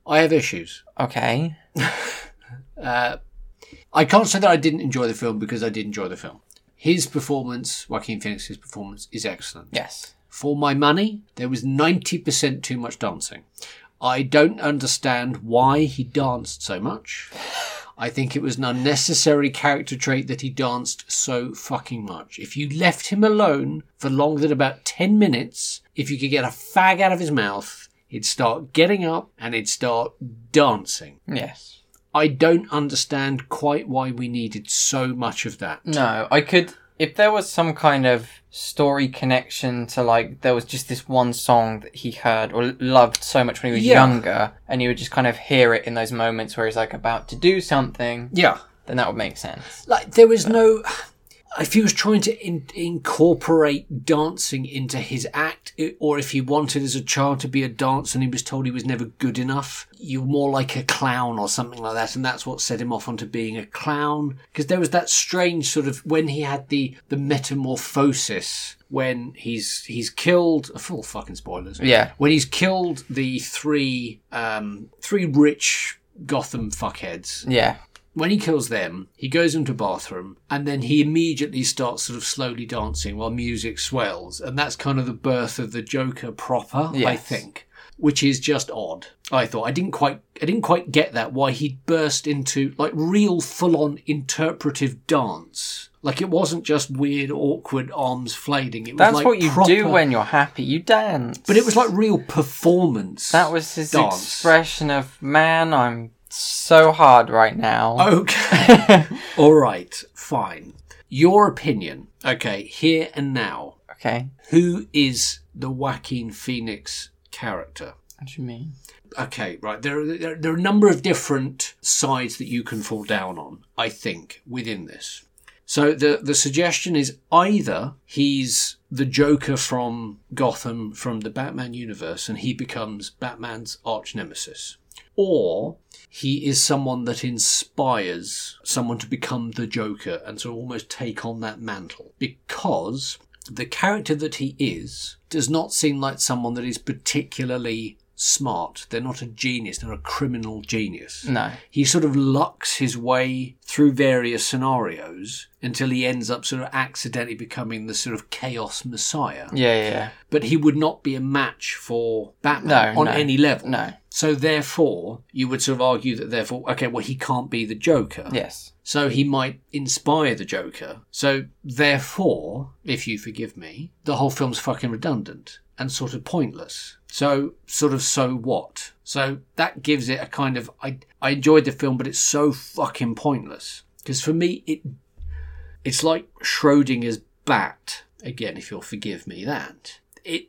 I have issues. Okay. I can't say that I didn't enjoy the film because I did enjoy the film. His performance, Joaquin Phoenix's performance, is excellent. Yes. For my money, there was 90% too much dancing. I don't understand why he danced so much. I think it was an unnecessary character trait that he danced so fucking much. If you left him alone for longer than about 10 minutes, if you could get a fag out of his mouth, he'd start getting up and he'd start dancing. Yes. I don't understand quite why we needed so much of that. No, I could. If there was some kind of story connection to like there was just this one song that he heard or loved so much when he was Yeah. younger, and you would just kind of hear it in those moments where he's like about to do something, Yeah. then that would make sense. like there was no if he was trying to in, incorporate dancing into his act i- or if he wanted as a child to be a dancer and he was told he was never good enough you're more like a clown or something like that and that's what set him off onto being a clown because there was that strange sort of when he had the the metamorphosis when he's he's killed full fucking spoilers Yeah. when he's killed the three um three rich gotham fuckheads Yeah. when he kills them, he goes into a bathroom and then he immediately starts sort of slowly dancing while music swells. And that's kind of the birth of the Joker proper, I Yes. think. Which is just odd. I thought I didn't quite I didn't quite get that why he burst into like real full on interpretive dance. Like it wasn't just weird, awkward arms flailing. It was That's like what you proper, do when you're happy. You dance. But it was like real performance. That was his dance. expression of, man, I'm so hard right now. Okay. All right. Fine. Your opinion. Okay. Here and now. Okay. Who is the Joaquin Phoenix character? What do you mean? Okay, right. There are, there, there are a number of different sides that you can fall down on, I think, within this. So the, the suggestion is either he's the Joker from Gotham, from the Batman universe, and he becomes Batman's arch nemesis, or he is someone that inspires someone to become the Joker and to almost take on that mantle. Because the character that he is does not seem like someone that is particularly smart. They're not a genius, they're a criminal genius. No. He sort of lucks his way through various scenarios until he ends up sort of accidentally becoming the sort of chaos messiah. Yeah, yeah, yeah. But he would not be a match for Batman No, on no, any level. No. So therefore, you would sort of argue that therefore, okay, well, he can't be the Joker. Yes. So he might inspire the Joker. So therefore, if you forgive me, the whole film's fucking redundant and sort of pointless. So sort of so what? So that gives it a kind of I I enjoyed the film, but it's so fucking pointless. Because for me, it it's like Schrodinger's bat. Again, if you'll forgive me that. It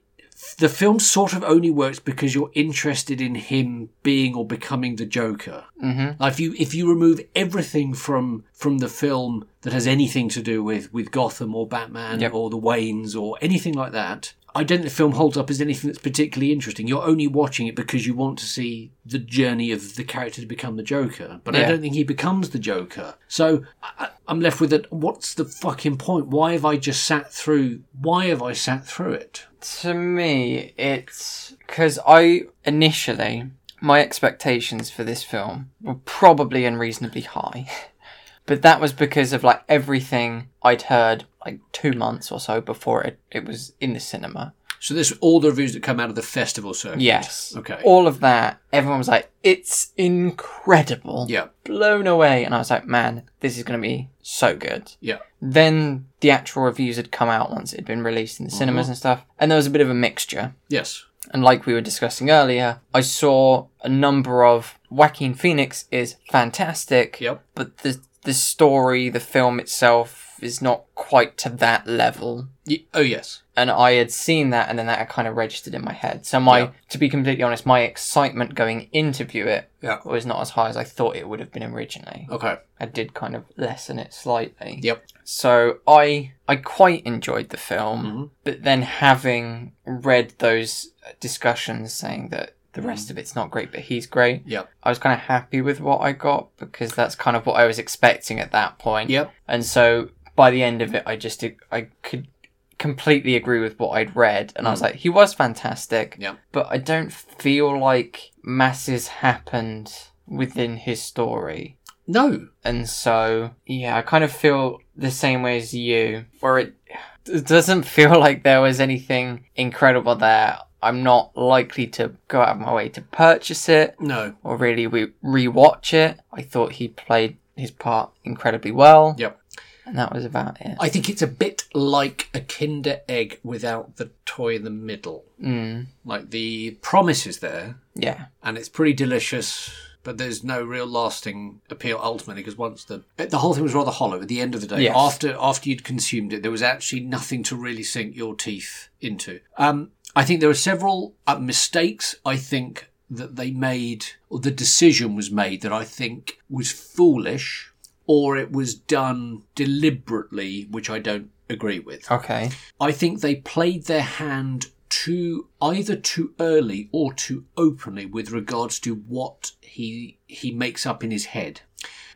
the film sort of only works because you're interested in him being or becoming the Joker. Mm-hmm. Like if you if you remove everything from from the film that has anything to do with with Gotham or Batman Yep. or the Waynes or anything like that, I don't think the film holds up as anything that's particularly interesting. You're only watching it because you want to see the journey of the character to become the Joker. But I Yeah. don't think he becomes the Joker. So I, I- I'm left with that. What's the fucking point? Why have I just sat through? Why have I sat through it? to me, it's because I initially my expectations for this film were probably unreasonably high, but that was because of like everything I'd heard like two months or so before it it was in the cinema. So this all the reviews that come out of the festival circuit. Yes, Okay. all of that. Everyone was like, "It's incredible." Yeah. blown away, and I was like, "Man, this is gonna be so good." Yeah. Then the actual reviews had come out once it had been released in the cinemas Uh-huh. and stuff, and there was a bit of a mixture. Yes. And like we were discussing earlier, I saw a number of Joaquin Phoenix is fantastic, Yep. but the the story, the film itself is not quite to that level. Ye- oh yes. And I had seen that and then that had kind of registered in my head. So my Yeah. to be completely honest, my excitement going into view it Yeah. was not as high as I thought it would have been originally. Okay. I did kind of lessen it slightly. Yep. So I I quite enjoyed the film, Mm-hmm. but then having read those discussions saying that the rest of it's not great, but he's great, Hmm. Yep. I was kind of happy with what I got because that's kind of what I was expecting at that point. Yep. And so by the end of it, I just I could completely agree with what I'd read, and I was like, he was fantastic. Hmm. Yep. But I don't feel like masses happened within his story. No. And so, yeah, I kind of feel the same way as you, where it, it doesn't feel like there was anything incredible there. I'm not likely to go out of my way to purchase it No. or really re- rewatch it. I thought he played his part incredibly well. Yep. And that was about it. I think it's a bit like a Kinder Egg without the toy in the middle. Mm, Like the promise is there, yeah. and it's pretty delicious. But there's no real lasting appeal ultimately because once the the whole thing was rather hollow at the end of the day. Yes. After after you'd consumed it, there was actually nothing to really sink your teeth into. Um, I think there are several uh, mistakes. I think that they made or the decision was made that I think was foolish, or it was done deliberately, which I don't agree with. Okay. I think they played their hand too either too early or too openly with regards to what he he makes up in his head.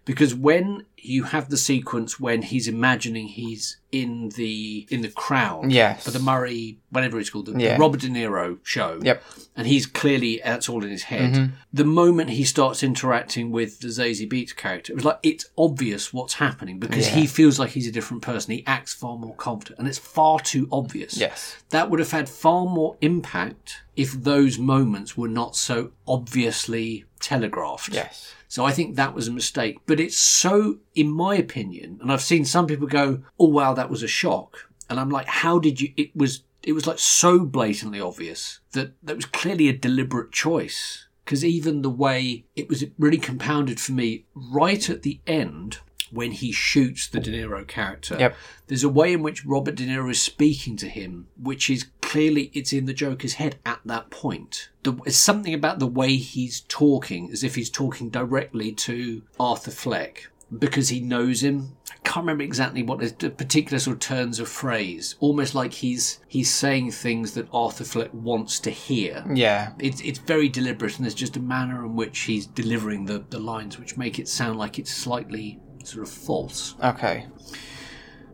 Because when you have the sequence when he's imagining he's in the in the crowd Yes. for the Murray whatever it's called the, the Yeah. Robert De Niro show Yep. Mm-hmm. and he's clearly that's all in his head. The moment he starts interacting with the Zazie Beats character, it was like it's obvious what's happening because he feels like he's a different person. He acts far more confident, and it's far too obvious. Yes. That would have had far more impact if those moments were not so obviously telegraphed. Yes. So I think that was a mistake. But it's so, in my opinion, and I've seen some people go, "Oh wow, that was a shock," and I'm like, "How did you?" It was it was like so blatantly obvious that that was clearly a deliberate choice. Because even the way it was really compounded for me right at the end when he shoots the De Niro character, Yep. there's a way in which Robert De Niro is speaking to him, which is clearly it's in the Joker's head at that point. The, it's something about the way he's talking, as if he's talking directly to Arthur Fleck because he knows him. I can't remember exactly what is the particular sort of turns of phrase, almost like he's he's saying things that Arthur Fleck wants to hear Yeah. it's it's very deliberate and there's just a manner in which he's delivering the, the lines which make it sound like it's slightly sort of false. Okay.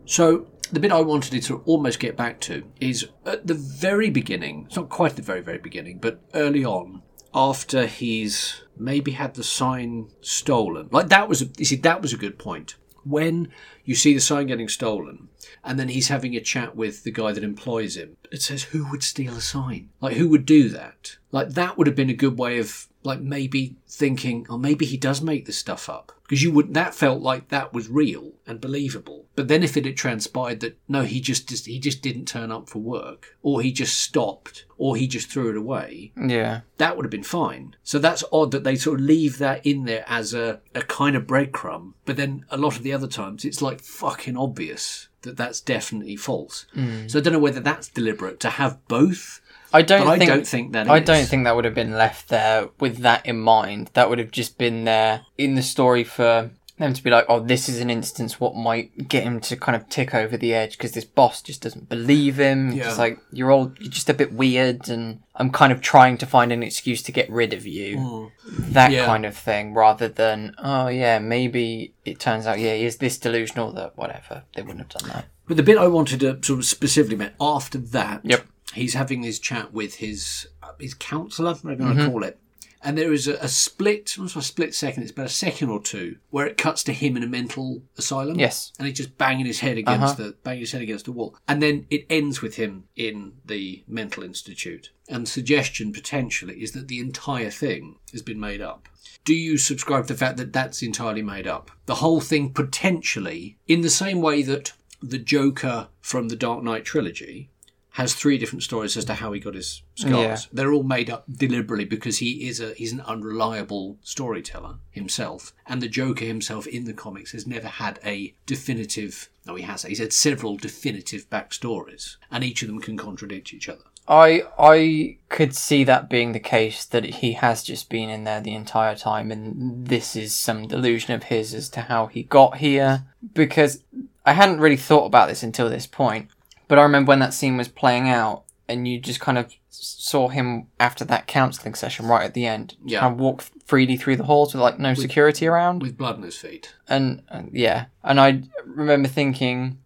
So the bit I wanted to sort of almost get back to is at the very beginning, it's not quite the very, very beginning, but early on, after he's maybe had the sign stolen. Like that was a you see, that was a good point. When you see the sign getting stolen, and then he's having a chat with the guy that employs him, it says, Who would steal a sign? Like who would do that? Like that would have been a good way of like maybe thinking, oh, maybe he does make this stuff up because you would that felt like that was real and believable. But then if it had transpired that no, he just just- he just didn't turn up for work, or he just stopped, or he just threw it away, Yeah. that would have been fine. So that's odd that they sort of leave that in there as a, a kind of breadcrumb. But then a lot of the other times, it's like fucking obvious that that's definitely false. So I don't know whether that's deliberate to have both. Mm. I don't But I think don't think that I is. don't think that would have been left there with that in mind. That would have just been there in the story for them to be like, "Oh, this is an instance what might get him to kind of tick over the edge because this boss just doesn't believe him. Yeah. It's like you're all you're just a bit weird, and I'm kind of trying to find an excuse to get rid of you." That Mm. Yeah. kind of thing, rather than, "Oh, yeah, maybe it turns out, yeah, he is this delusional that whatever." They wouldn't have done that. But the bit I wanted to sort of specifically meant after that, Yep. he's having this chat with his uh, his counsellor, whatever you want to Mm-hmm. call it. And there is a, a split, not a split second, it's about a second or two, where it cuts to him in a mental asylum. Yes. And he's just banging his head against the banging his head against the wall. And then it ends with him in the mental institute. And the suggestion potentially is that the entire thing has been made up. Do you subscribe to the fact that that's entirely made up? The whole thing potentially, in the same way that the Joker from the Dark Knight trilogy has three different stories as to how he got his scars. Yeah. They're all made up deliberately because he is a he's an unreliable storyteller himself, and the Joker himself in the comics has never had a definitive. No, he has. He's had several definitive backstories, and each of them can contradict each other. I I could see that being the case that he has just been in there the entire time, and this is some delusion of his as to how he got here. Because I hadn't really thought about this until this point, but I remember when that scene was playing out, and you just kind of s- saw him after that counselling session right at the end, Yeah. kind of walk freely through the halls with like no security around With blood on his feet, and uh, yeah, and I remember thinking,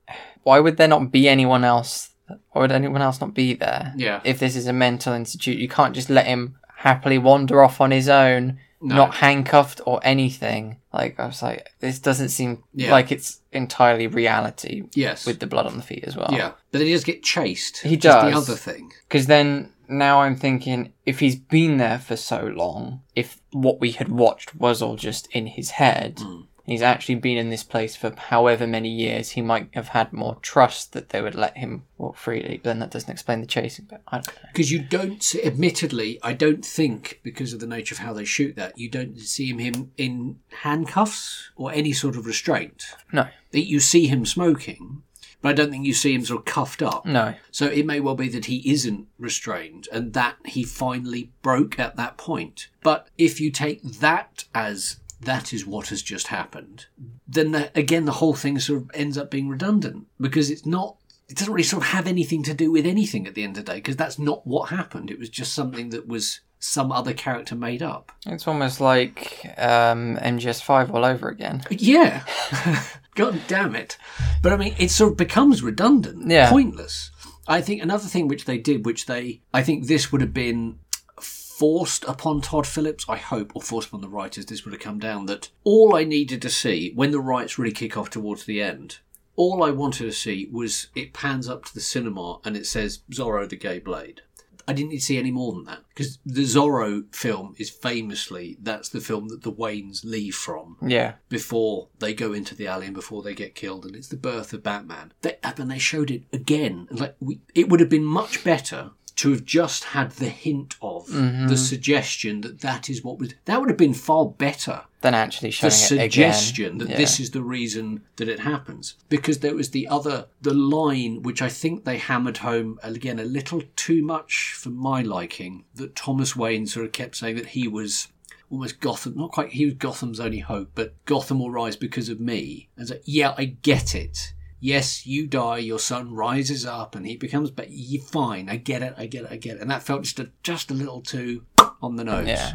why would there not be anyone else? Why would anyone else not be there? Yeah. If this is a mental institute, you can't just let him happily wander off on his own, not handcuffed or anything. Like I was like, this doesn't seem Yeah. like it's entirely reality yes, with the blood on the feet as well. yeah, but then he does get chased. Oh. He which is does. the other thing. Because then now I'm thinking, if he's been there for so long, if what we had watched was all just in his head, Hmm. and he's actually been in this place for however many years, he might have had more trust that they would let him walk freely. But then that doesn't explain the chasing. But I don't know. Because you don't, see, admittedly, I don't think because of the nature of how they shoot that, you don't see him, him in handcuffs or any sort of restraint. No, That you see him smoking, but I don't think you see him sort of cuffed up. no, So it may well be that he isn't restrained and that he finally broke at that point. But if you take that as that is what has just happened, then the, again, the whole thing sort of ends up being redundant because it's not. It doesn't really sort of have anything to do with anything at the end of the day because that's not what happened. It was just something that was some other character made up. it's almost like um, MGS Five all over again. Yeah. God damn it. But I mean, it sort of becomes redundant, Yeah. pointless. I think another thing which they did, which they, I think this would have been forced upon Todd Phillips, I hope, or forced upon the writers, this would have come down that all I needed to see when the riots really kick off towards the end, all I wanted to see was it pans up to the cinema and it says Zorro the Gay Blade. I didn't need to see any more than that because the Zorro film is famously that's the film that the Waynes leave from Yeah, before they go into the alley and before they get killed, and it's the birth of Batman. They, and they showed it again. and Like we, it would have been much better to have just had the hint of the suggestion that that is what was. That would have been far better then actually showing the it suggestion again. that Yeah. this is the reason that it happens because there was the other the line which i think they hammered home again a little too much for my liking that thomas wayne sort of kept saying that he was almost gotham not quite he was gotham's only hope but gotham will rise because of me and so yeah i get it Yes, you die, your son rises up and he becomes but you fine, I get it, I get it, I get it. And that felt just a just a little too on the nose. Yeah.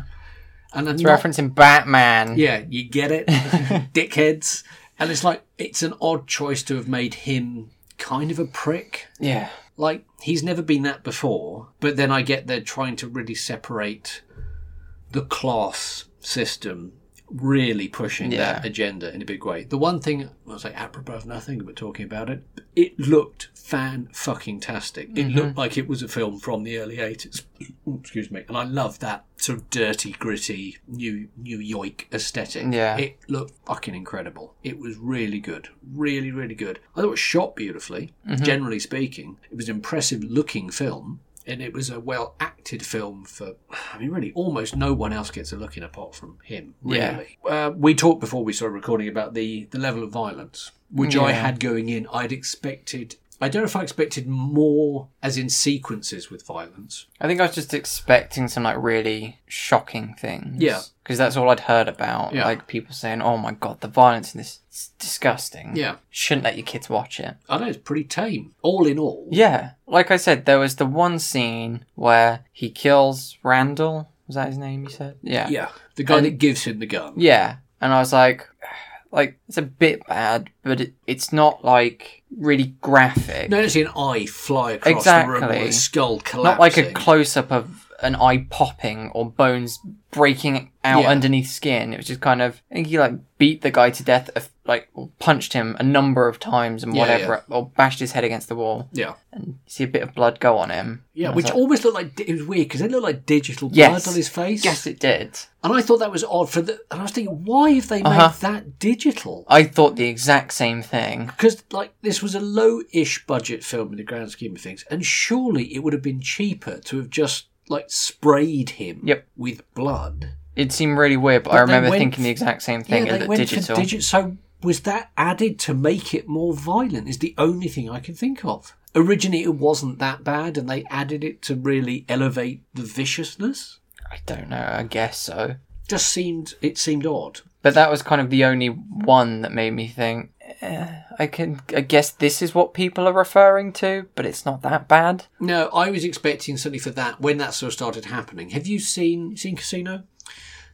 And I'm It's not- referencing Batman. yeah, you get it, dickheads. And it's like it's an odd choice to have made him kind of a prick. yeah. Like he's never been that before. But then I get they're trying to really separate the class system really pushing that Yeah. agenda in a big way. The one thing I was like apropos of nothing, but talking about it, it looked fan fucking tastic. It Mm-hmm. looked like it was a film from the early eighties. Excuse me, and I love that sort of dirty, gritty New New York aesthetic. Yeah. it looked fucking incredible. It was really good, really, really good. I thought it shot beautifully. Mm-hmm. Generally speaking, it was an impressive looking film. And it was a well acted film for, I mean, really, almost no one else gets a look in apart from him, Yeah. really. Uh, we talked before we started recording about the, the level of violence, which I had going in. I'd expected, I don't know if I expected more, as in sequences with violence. I think I was just expecting some like really shocking things. Yeah. Because that's all I'd heard about. Yeah. Like people saying, oh my god, the violence in this is disgusting. Yeah. Shouldn't let your kids watch it. I know it's pretty tame, all in all. Yeah. Like I said, there was the one scene where he kills Randall. Was that his name you said? Yeah. Yeah. The guy that gives him the gun. Yeah. And I was like, like, it's a bit bad, but it, it's not like really graphic. No, it's an eye fly across the room Exactly. or a skull collapsing. not like a close up of an eye popping or bones breaking out Yeah. underneath skin. It was just kind of I think he like beat the guy to death, of, like or punched him a number of times and Yeah, whatever, or bashed his head against the wall, yeah. and you see a bit of blood go on him. Yeah, And I was which like, almost looked like it was weird because it looked like digital blood Yes. on his face. yes, it did. and I thought that was odd. For the and I was thinking, why have they made Uh-huh. that digital? I thought the exact same thing. because like this was a low-ish budget film in the grand scheme of things, and surely it would have been cheaper to have just like sprayed him Yep. with blood. It seemed really weird, but, But I they remember went- thinking the exact same thing. yeah, it they looked went digital. for digit. So was that added to make it more violent? Is the only thing I can think of. Originally, it wasn't that bad, and they added it to really elevate the viciousness. I don't know. I guess so. Just seemed it seemed odd. But that was kind of the only one that made me think. Eh, I can, I guess this is what people are referring to, but it's not that bad. No, I was expecting something for that when that sort of started happening. Have you seen seen Casino?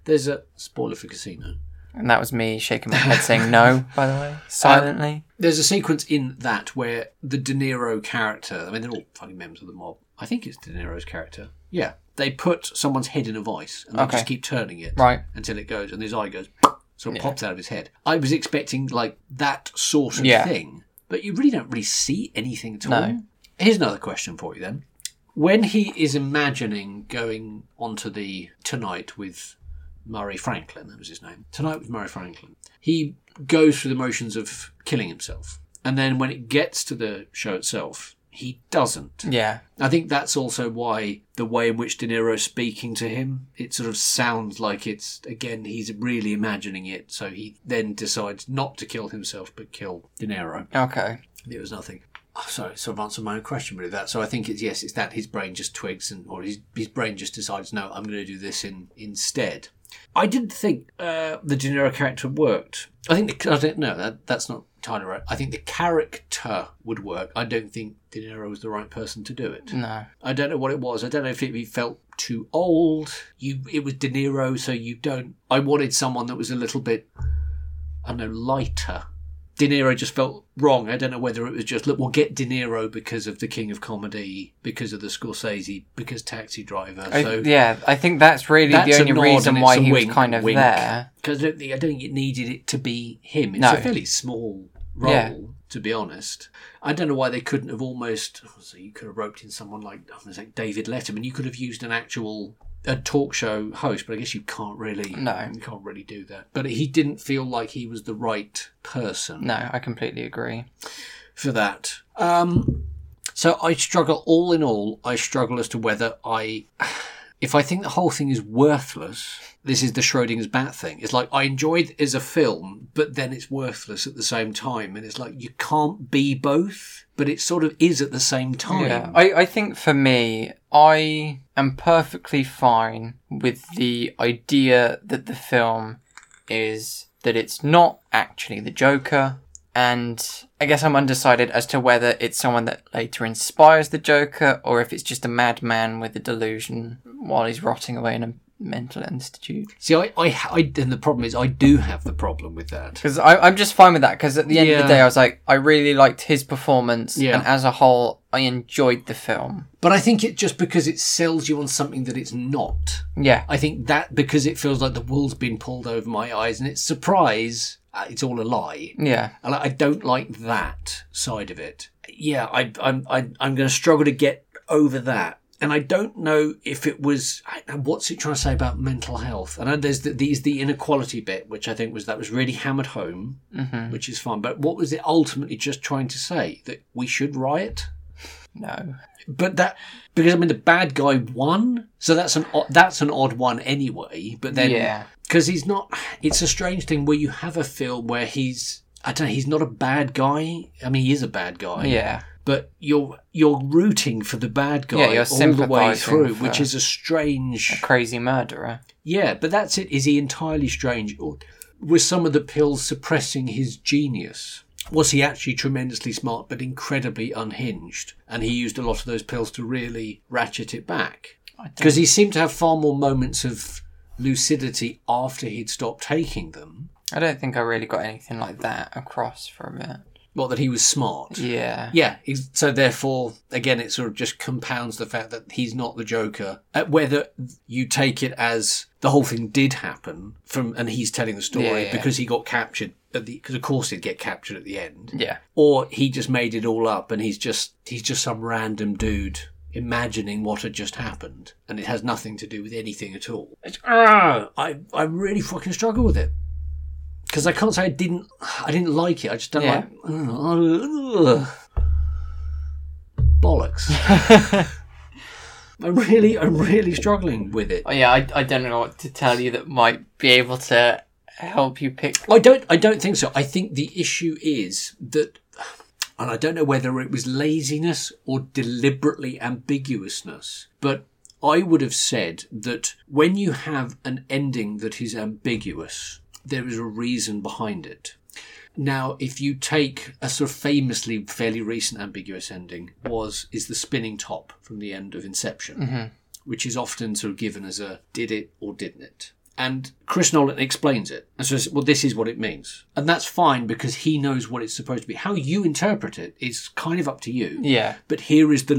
There's a spoiler for Casino. And that was me shaking my head, saying no. By the way, silently. There's a sequence in that where the De Niro character, I mean, they're all fucking members of the mob. I think it's De Niro's character. Yeah. They put someone's head in a vice and they Okay. just keep turning it Right. until it goes and his eye goes so it pops out of his head. I was expecting like that sort of Yeah. thing, but you really don't really see anything at No. all. Here's another question for you then. When he is imagining going onto the tonight with Murray Franklin, that was his name. Tonight with Murray Franklin. He goes through the motions of killing himself. And then when it gets to the show itself, he doesn't. yeah, I think that's also why the way in which De Niro's speaking to him, it sort of sounds like it's again he's really imagining it, so he then decides not to kill himself but kill De Niro. okay, It was nothing. Oh, sorry, sort of answered my own question with that. So I think it's yes, it's that his brain just twigs and or his, his brain just decides no, I'm going to do this in instead. I didn't think uh, the De Niro character worked. I think the, I don't know that that's not entirely right. I think the character would work. I don't think De Niro was the right person to do it. no, I don't know what it was. I don't know if it felt too old. You, it was De Niro, so you don't. I wanted someone that was a little bit, I don't know, lighter. De Niro just felt wrong. I don't know whether it was just look, we'll get De Niro because of the King of Comedy, because of the Scorsese, because Taxi Driver. I, so yeah. I think that's really That's the a only nod reason and why it's a he wink, was kind of wink. there. because I don't think I don't think it needed it to be him. It's No. a fairly small role, Yeah. to be honest. I don't know why they couldn't have almost. oh, So you could have roped in someone like I was like David Letterman. You could have used an actual a talk show host, but I guess you can't really. No. you can't really do that. But he didn't feel like he was the right person No, I completely agree. for that. Um, so I struggle, all in all, I struggle as to whether I. If I think the whole thing is worthless, this is the Schrodinger's bat thing. It's like I enjoyed it as a film, but then it's worthless at the same time. And it's like you can't be both, but it sort of is at the same time. Yeah, I, I think for me, I am perfectly fine with the idea that the film is that it's not actually the Joker. And I guess I'm undecided as to whether it's someone that later inspires the Joker or if it's just a madman with a delusion while he's rotting away in a mental institute. See, I, I, I, and the problem is, I do have the problem with that. Because I'm just fine with that. Because at the end of Yeah. the day, I was like, I really liked his performance, Yeah. and as a whole, I enjoyed the film. But I think it just because it sells you on something that it's not. Yeah, I think that because it feels like the wool's been pulled over my eyes, and it's surprise, uh, it's all a lie. yeah, And I I don't like that side of it. Yeah, I, I'm I, I'm going to struggle to get over that. And I don't know if it was I- what's it trying to say about mental health. And I- there's the, these the inequality bit, which I think was that was really hammered home, which is fine. But what was it ultimately just trying to say that we should riot? no, But that because I mean the bad guy won, so that's an o- that's an odd one anyway. But then yeah, because he's not it's a strange thing where you have a film where he's i don't know he's not a bad guy i mean he is a bad guy yeah, but you're you're rooting for the bad guy Yeah, you're all the way sympathising through for- which is a strange crazy murderer. yeah but that's it is he entirely strange or were some of the pills suppressing his genius was he actually tremendously smart but incredibly unhinged and he used a lot of those pills to really ratchet it back I don't- because he seemed to have far more moments of lucidity after he'd stopped taking them I don't think I really got anything like that across from it. Well, that he was smart. Yeah, Yeah. he's- So therefore, again, it sort of just compounds the fact that he's not the Joker. Uh, whether you take it as the whole thing did happen from, and he's telling the story Yeah, yeah. because he got captured at the, because of course he'd get captured at the end, yeah, or he just made it all up and he's just he's just some random dude imagining what had just happened, and it has nothing to do with anything at all. It's, ah, I I really fucking struggle with it. Because I can't say I didn't, I didn't like it. I just don't Yeah. like Ugh. bollocks. I'm really, I'm really struggling with it. Oh, yeah. I, I don't know what to tell you that might be able to help you pick. I don't, I don't think so. I think the issue is that, and I don't know whether it was laziness or deliberately ambiguousness, but I would have said that when you have an ending that is ambiguous, there is a reason behind it. Now, if you take a sort of famously fairly recent ambiguous ending, was is the spinning top from the end of Inception, Mm-hmm. which is often sort of given as a did it or didn't it. And Chris Nolan explains it and says, "Well, this is what it means," and that's fine because he knows what it's supposed to be. How you interpret it is kind of up to you. Yeah, But here is the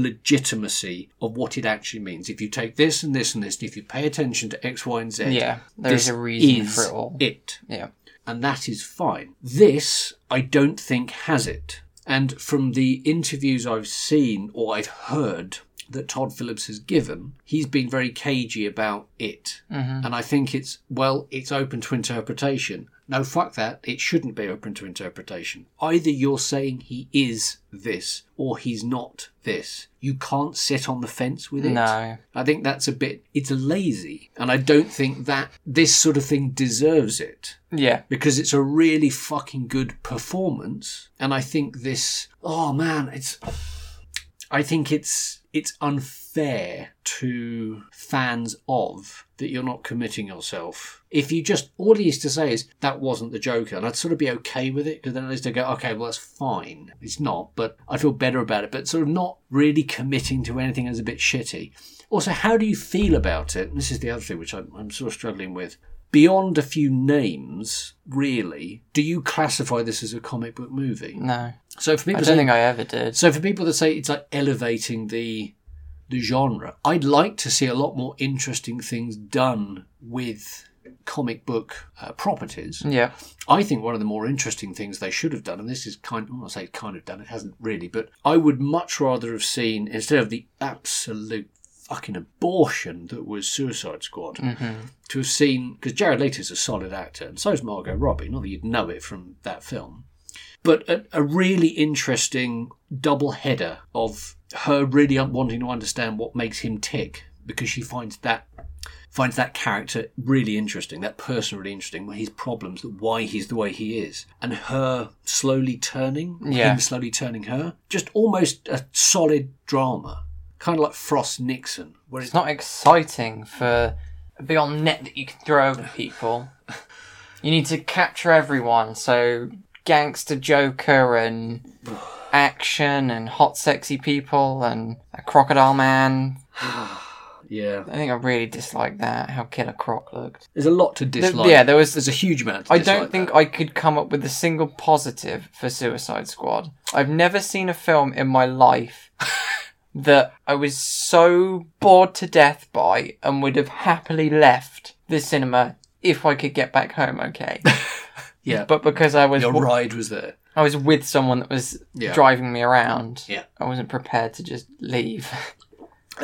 legitimacy of what it actually means. If you take this and this and this, and if you pay attention to X, Y, and Z, yeah. There is this a reason is for it all. It Yeah, and that is fine. This, I don't think, has it. And from the interviews I've seen or I've heard that Todd Phillips has given, he's been very cagey about it. And I think it's, well, it's open to interpretation. No, fuck that. It shouldn't be open to interpretation. Either you're saying he is this or he's not this. You can't sit on the fence with it. no, I think that's a bit, it's lazy. And I don't think that this sort of thing deserves it yeah. because it's a really fucking good performance and i think this oh man it's i think it's it's unfair to fans of that you're not committing yourself if you just all it is to say is that wasn't the joker and i'd sort of be okay with it because then at least i go okay well that's fine it's not but i feel better about it but sort of not really committing to anything is a bit shitty also how do you feel about it and this is the other thing which i'm, I'm sort of struggling with beyond a few names, really, do you classify this as a comic book movie? No, So for I people, don't say, think I ever did. so for people that say it's like elevating the the genre, I'd like to see a lot more interesting things done with comic book uh, properties. Yeah, I think one of the more interesting things they should have done, and this is kind well, I say kind of done, it hasn't really, but I would much rather have seen, instead of the absolute fucking abortion that was Suicide Squad, to have seen, because Jared Leto's a solid actor, and so is Margot Robbie, not that you'd know it from that film, but a, a really interesting double header of her really un- wanting to understand what makes him tick, because she finds that finds that character really interesting, that person really interesting, his problems, why he's the way he is, and her slowly turning, Yeah. him slowly turning her, just almost a solid drama, kind of like Frost Nixon, where it's it's not exciting for a big old net that you can throw over people. You need to capture everyone, so gangster Joker and action and hot sexy people and a crocodile man. Yeah. I think I really disliked that how Killer Croc looked. There's a lot to There- dislike. yeah, there was There's a huge amount to I dislike don't think there. I could come up with a single positive for Suicide Squad. I've never seen a film in my life that I was so bored to death by and would have happily left the cinema if I could get back home okay. Yeah. But because I was Your wa- ride was there. I was with someone that was Yeah. driving me around, Yeah. I wasn't prepared to just leave.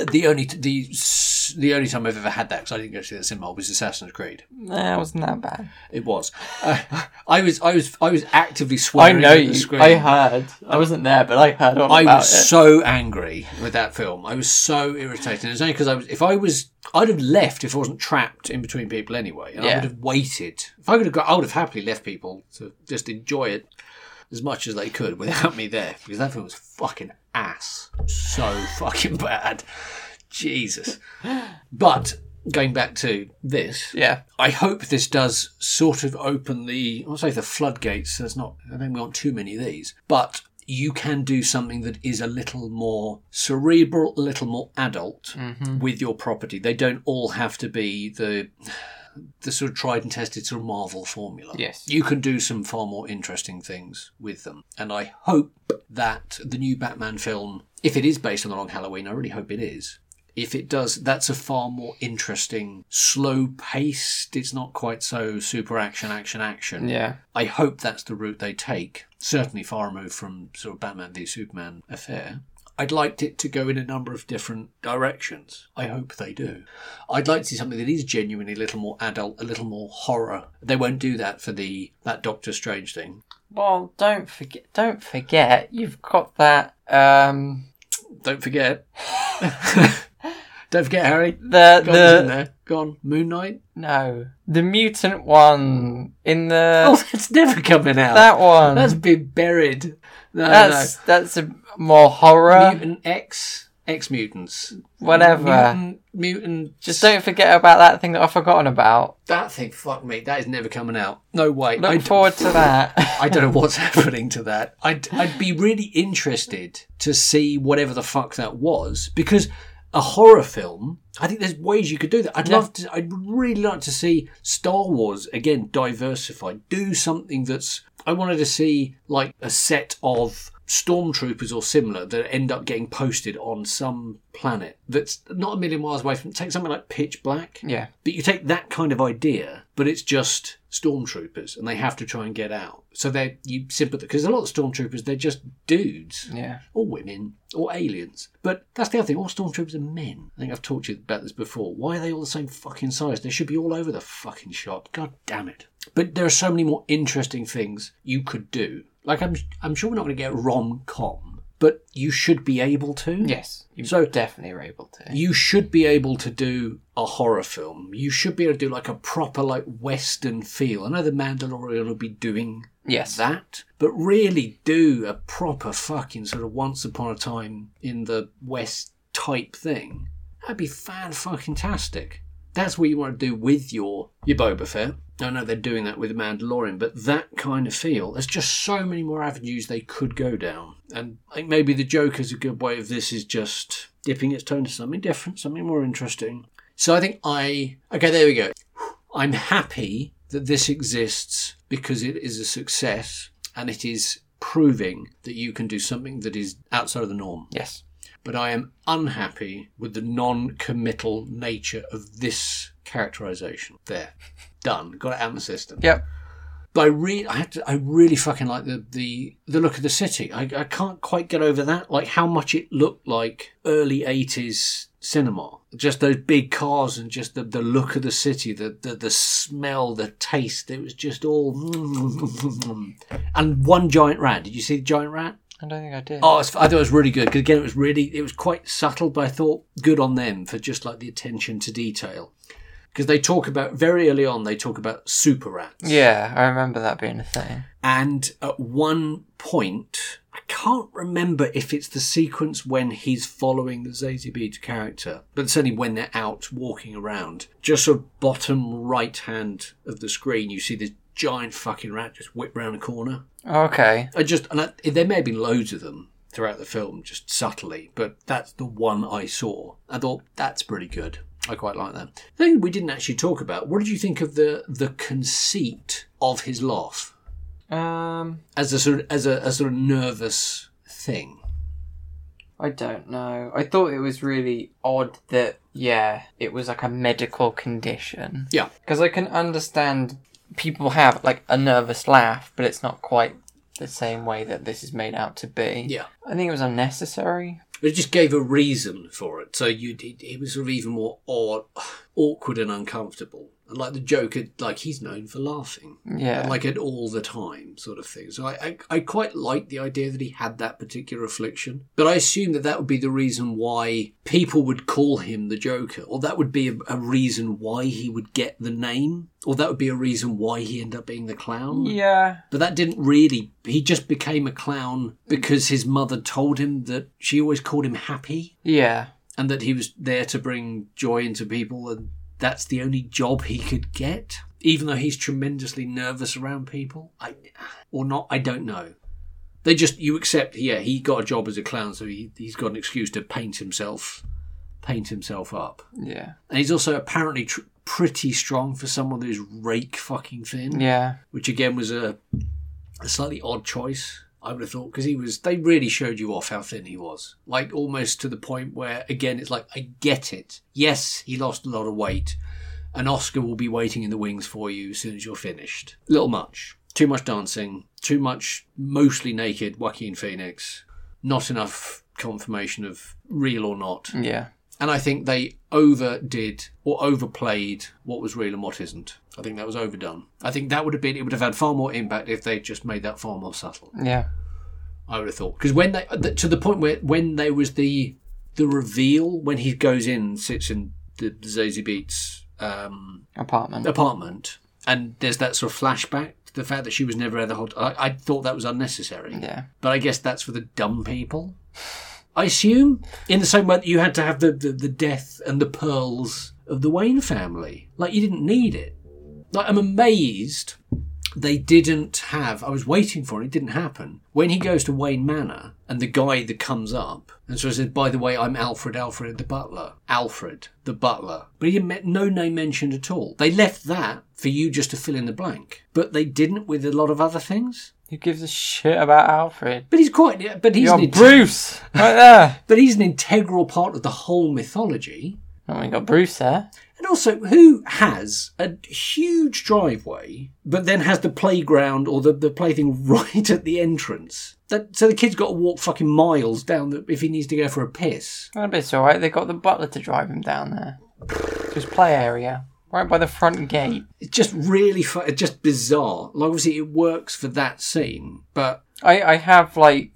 The only t- the s- the only time I've ever had that because I didn't go see that cinema was Assassin's Creed. nah, it wasn't that bad. It was. Uh, I was I was I was actively swearing. I know at the you. Screen. I heard. I wasn't there, but I heard all I about was it. so angry with that film. I was so irritated. It's only because I was. If I was, I'd have left if I wasn't trapped in between people anyway, and I Yeah. would have waited. If I could have got, I would have happily left people to just enjoy it as much as they could without me there, because that film was fucking ass, so fucking bad. Jesus. But going back to this, Yeah. I hope this does sort of open the, I won't say the floodgates, there's not, I don't want too many of these, but you can do something that is a little more cerebral, a little more adult with your property. They don't all have to be the, the sort of tried and tested sort of Marvel formula. Yes. You can do some far more interesting things with them. And I hope that the new Batman film, if it is based on the long Halloween, I really hope it is. If it does, that's a far more interesting, slow paced. It's not quite so super action, action, action. Yeah. I hope that's the route they take. Certainly far removed from sort of Batman v Superman affair. I'd liked it to go in a number of different directions. I hope they do. I'd like to see something that is genuinely a little more adult, a little more horror. They won't do that for the that Doctor Strange thing. Well, don't forget. Don't forget. You've got that. Um. Don't forget. Don't forget, Harry. The God is in the there. Gone. Moon Knight. no the mutant one in the Oh, that's never coming out. that one. That's been buried. No, Mm-hmm. that's uh, that's a more horror. no. Mutant X. X mutants. whatever. Mutant, mutant. Just don't forget about that thing that I've forgotten about. That thing, fuck me, that is never coming out. No way. Look I, forward to that. I don't know what's happening to that. I'd, I'd be really interested to see whatever the fuck that was because a horror film. I think there's ways you could do that. I'd love to. I'd really like to see Star Wars again diversify. Do something that's. I wanted to see like a set of stormtroopers or similar that end up getting posted on some planet that's not a million miles away from. Take something like Pitch Black. yeah. But you take that kind of idea, but it's just stormtroopers, and they have to try and get out. So they you sympathize because a lot of stormtroopers they're just dudes Yeah. or women or aliens. But that's the other thing. All stormtroopers are men. I think I've talked to you about this before. Why are they all the same fucking size? They should be all over the fucking shop. God damn it! But there are so many more interesting things you could do. Like I'm I'm sure we're not going to get rom com, but you should be able to. Yes. You So- definitely are able to. You should be able to do a horror film. You should be able to do like a proper like western feel. I know the Mandalorian will be doing Yes. that, but really do a proper fucking sort of once upon a time in the West type thing. That'd be fan fucking tastic. That's what you want to do with your your Boba Fett. I know they're doing that with the Mandalorian, but that kind of feel. There's just so many more avenues they could go down, and I think maybe the Joker's a good way of this is just dipping its toe into something different, something more interesting. So I think I okay, there we go. I'm happy that this exists because it is a success and it is proving that you can do something that is outside of the norm. Yes. But I am unhappy with the non committal nature of this characterization. There. Done. Got it out of the system. Yep. But I really, I, have to, I really fucking like the, the, the look of the city. I, I can't quite get over that. Like how much it looked like early 80s cinema. Just those big cars and just the, the look of the city, the, the, the smell, the taste. It was just all. and one giant rat. Did you see the giant rat? I don't think I did. Oh, it's, I thought it was really good. 'cause again, it was really, it was quite subtle, but I thought good on them for just like the attention to detail. Because they talk about, very early on, they talk about super rats. Yeah, I remember that being a thing. And at one point, I can't remember if it's the sequence when he's following the Zazie Beetz character, but certainly when they're out walking around, just sort of bottom right hand of the screen, you see this giant fucking rat just whip round a corner. Okay. I just, and I, there may have been loads of them. throughout the film, just subtly. But that's the one I saw. I thought that's pretty good. I quite like that. Thing we didn't actually talk about. What did you think of the the conceit of his laugh Um, as a sort of, as a, a sort of nervous thing? I don't know. I thought it was really odd that, yeah, it was like a medical condition. Yeah, Because I can understand people have like a nervous laugh, but it's not quite the same way that this is made out to be. yeah. I think it was unnecessary. But it just gave a reason for it. So you, it, it was sort of even more odd, awkward, and uncomfortable. And like the Joker, like he's known for laughing, Yeah. like at all the time, sort of thing. So I, I, I quite liked the idea that he had that particular affliction. But I assume that that would be the reason why people would call him the Joker, or that would be a, a reason why he would get the name, or that would be a reason why he ended up being the clown. yeah. But that didn't really. He just became a clown because his mother told him that she always called him happy Yeah. and that he was there to bring joy into people and that's the only job he could get. Even though he's tremendously nervous around people, I, or not, I don't know. They just, you accept, yeah, he got a job as a clown, so he, he's got an excuse to paint himself, paint himself up. Yeah. And he's also apparently tr- pretty strong for someone who's rake fucking thin Yeah. which again was a, a slightly odd choice. I would have thought because he was. They really showed you off how thin he was, like almost to the point where again it's like I get it. Yes, he lost a lot of weight. An Oscar will be waiting in the wings for you as soon as you're finished. Little much, too much dancing, too much mostly naked Joaquin Phoenix, not enough confirmation of real or not. Yeah. And I think they overdid or overplayed what was real and what isn't. I think that was overdone. I think that would have been, it would have had far more impact if they just made that far more subtle. Yeah. I would have thought. Because when they, th- to the point where, when there was the, the reveal, when he goes in, sits in the Zazie Beats um, Apartment. apartment, and there's that sort of flashback to the fact that she was never at the hot, I, I thought that was unnecessary. Yeah. But I guess that's for the dumb people. I assume, in the same way that you had to have the, the, the death and the pearls of the Wayne family. Like, you didn't need it. Like, I'm amazed they didn't have. I was waiting for it, it didn't happen. When he goes to Wayne Manor and the guy that comes up, and so I said, By the way, I'm Alfred, Alfred the butler. Alfred the butler. But he met no name mentioned at all. They left that for you just to fill in the blank. But they didn't with a lot of other things. Who gives a shit about Alfred? But he's quite. But he's You're an inte- Bruce! right there! but he's an integral part of the whole mythology. Oh, we got Bruce there. And also, who has a huge driveway, but then has the playground or the, the plaything right at the entrance? That, so the kid's got to walk fucking miles down the, if he needs to go for a piss. Oh, but it's alright, they got the butler to drive him down there. To his play area. Right by the front gate. It's just really, fu- it's just bizarre. Like, obviously, it works for that scene, but I, I have like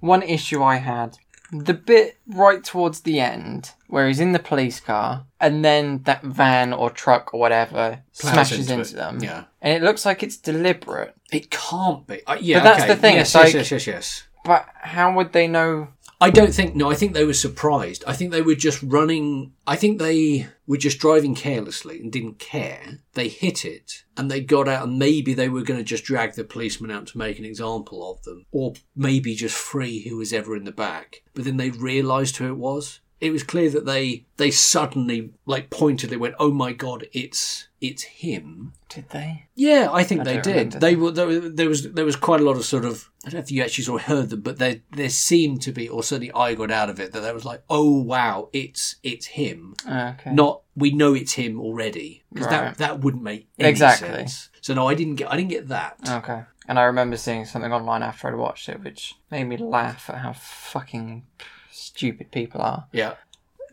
one issue I had. The bit right towards the end where he's in the police car and then that van or truck or whatever Plows smashes into into, it, them. yeah. And it looks like it's deliberate. it can't be. Uh, yeah, But that's okay. the thing, Yes, it's yes, like- yes, yes, yes. But how would they know I don't think. No, I think they were surprised. I think they were just running. I think they were just driving carelessly and didn't care. They hit it and they got out, and maybe they were going to just drag the policeman out to make an example of them, or maybe just free who was ever in the back. But then they realised who it was. It was clear that they they suddenly like pointed. They went, "Oh my god, it's it's him." did they? Yeah, I think I they don't did. remember. They were there, were- there was there was quite a lot of sort of I don't know if you actually sort of heard them, but there there seemed to be, or certainly I got out of it that there was like, oh wow, it's it's him. Oh, Okay. Not we know it's him already because Right. that that wouldn't make any Exactly. Uh, sense. So no, I didn't get I didn't get that. Okay. And I remember seeing something online after I'd watched it which made me laugh at how fucking stupid people are. Yeah,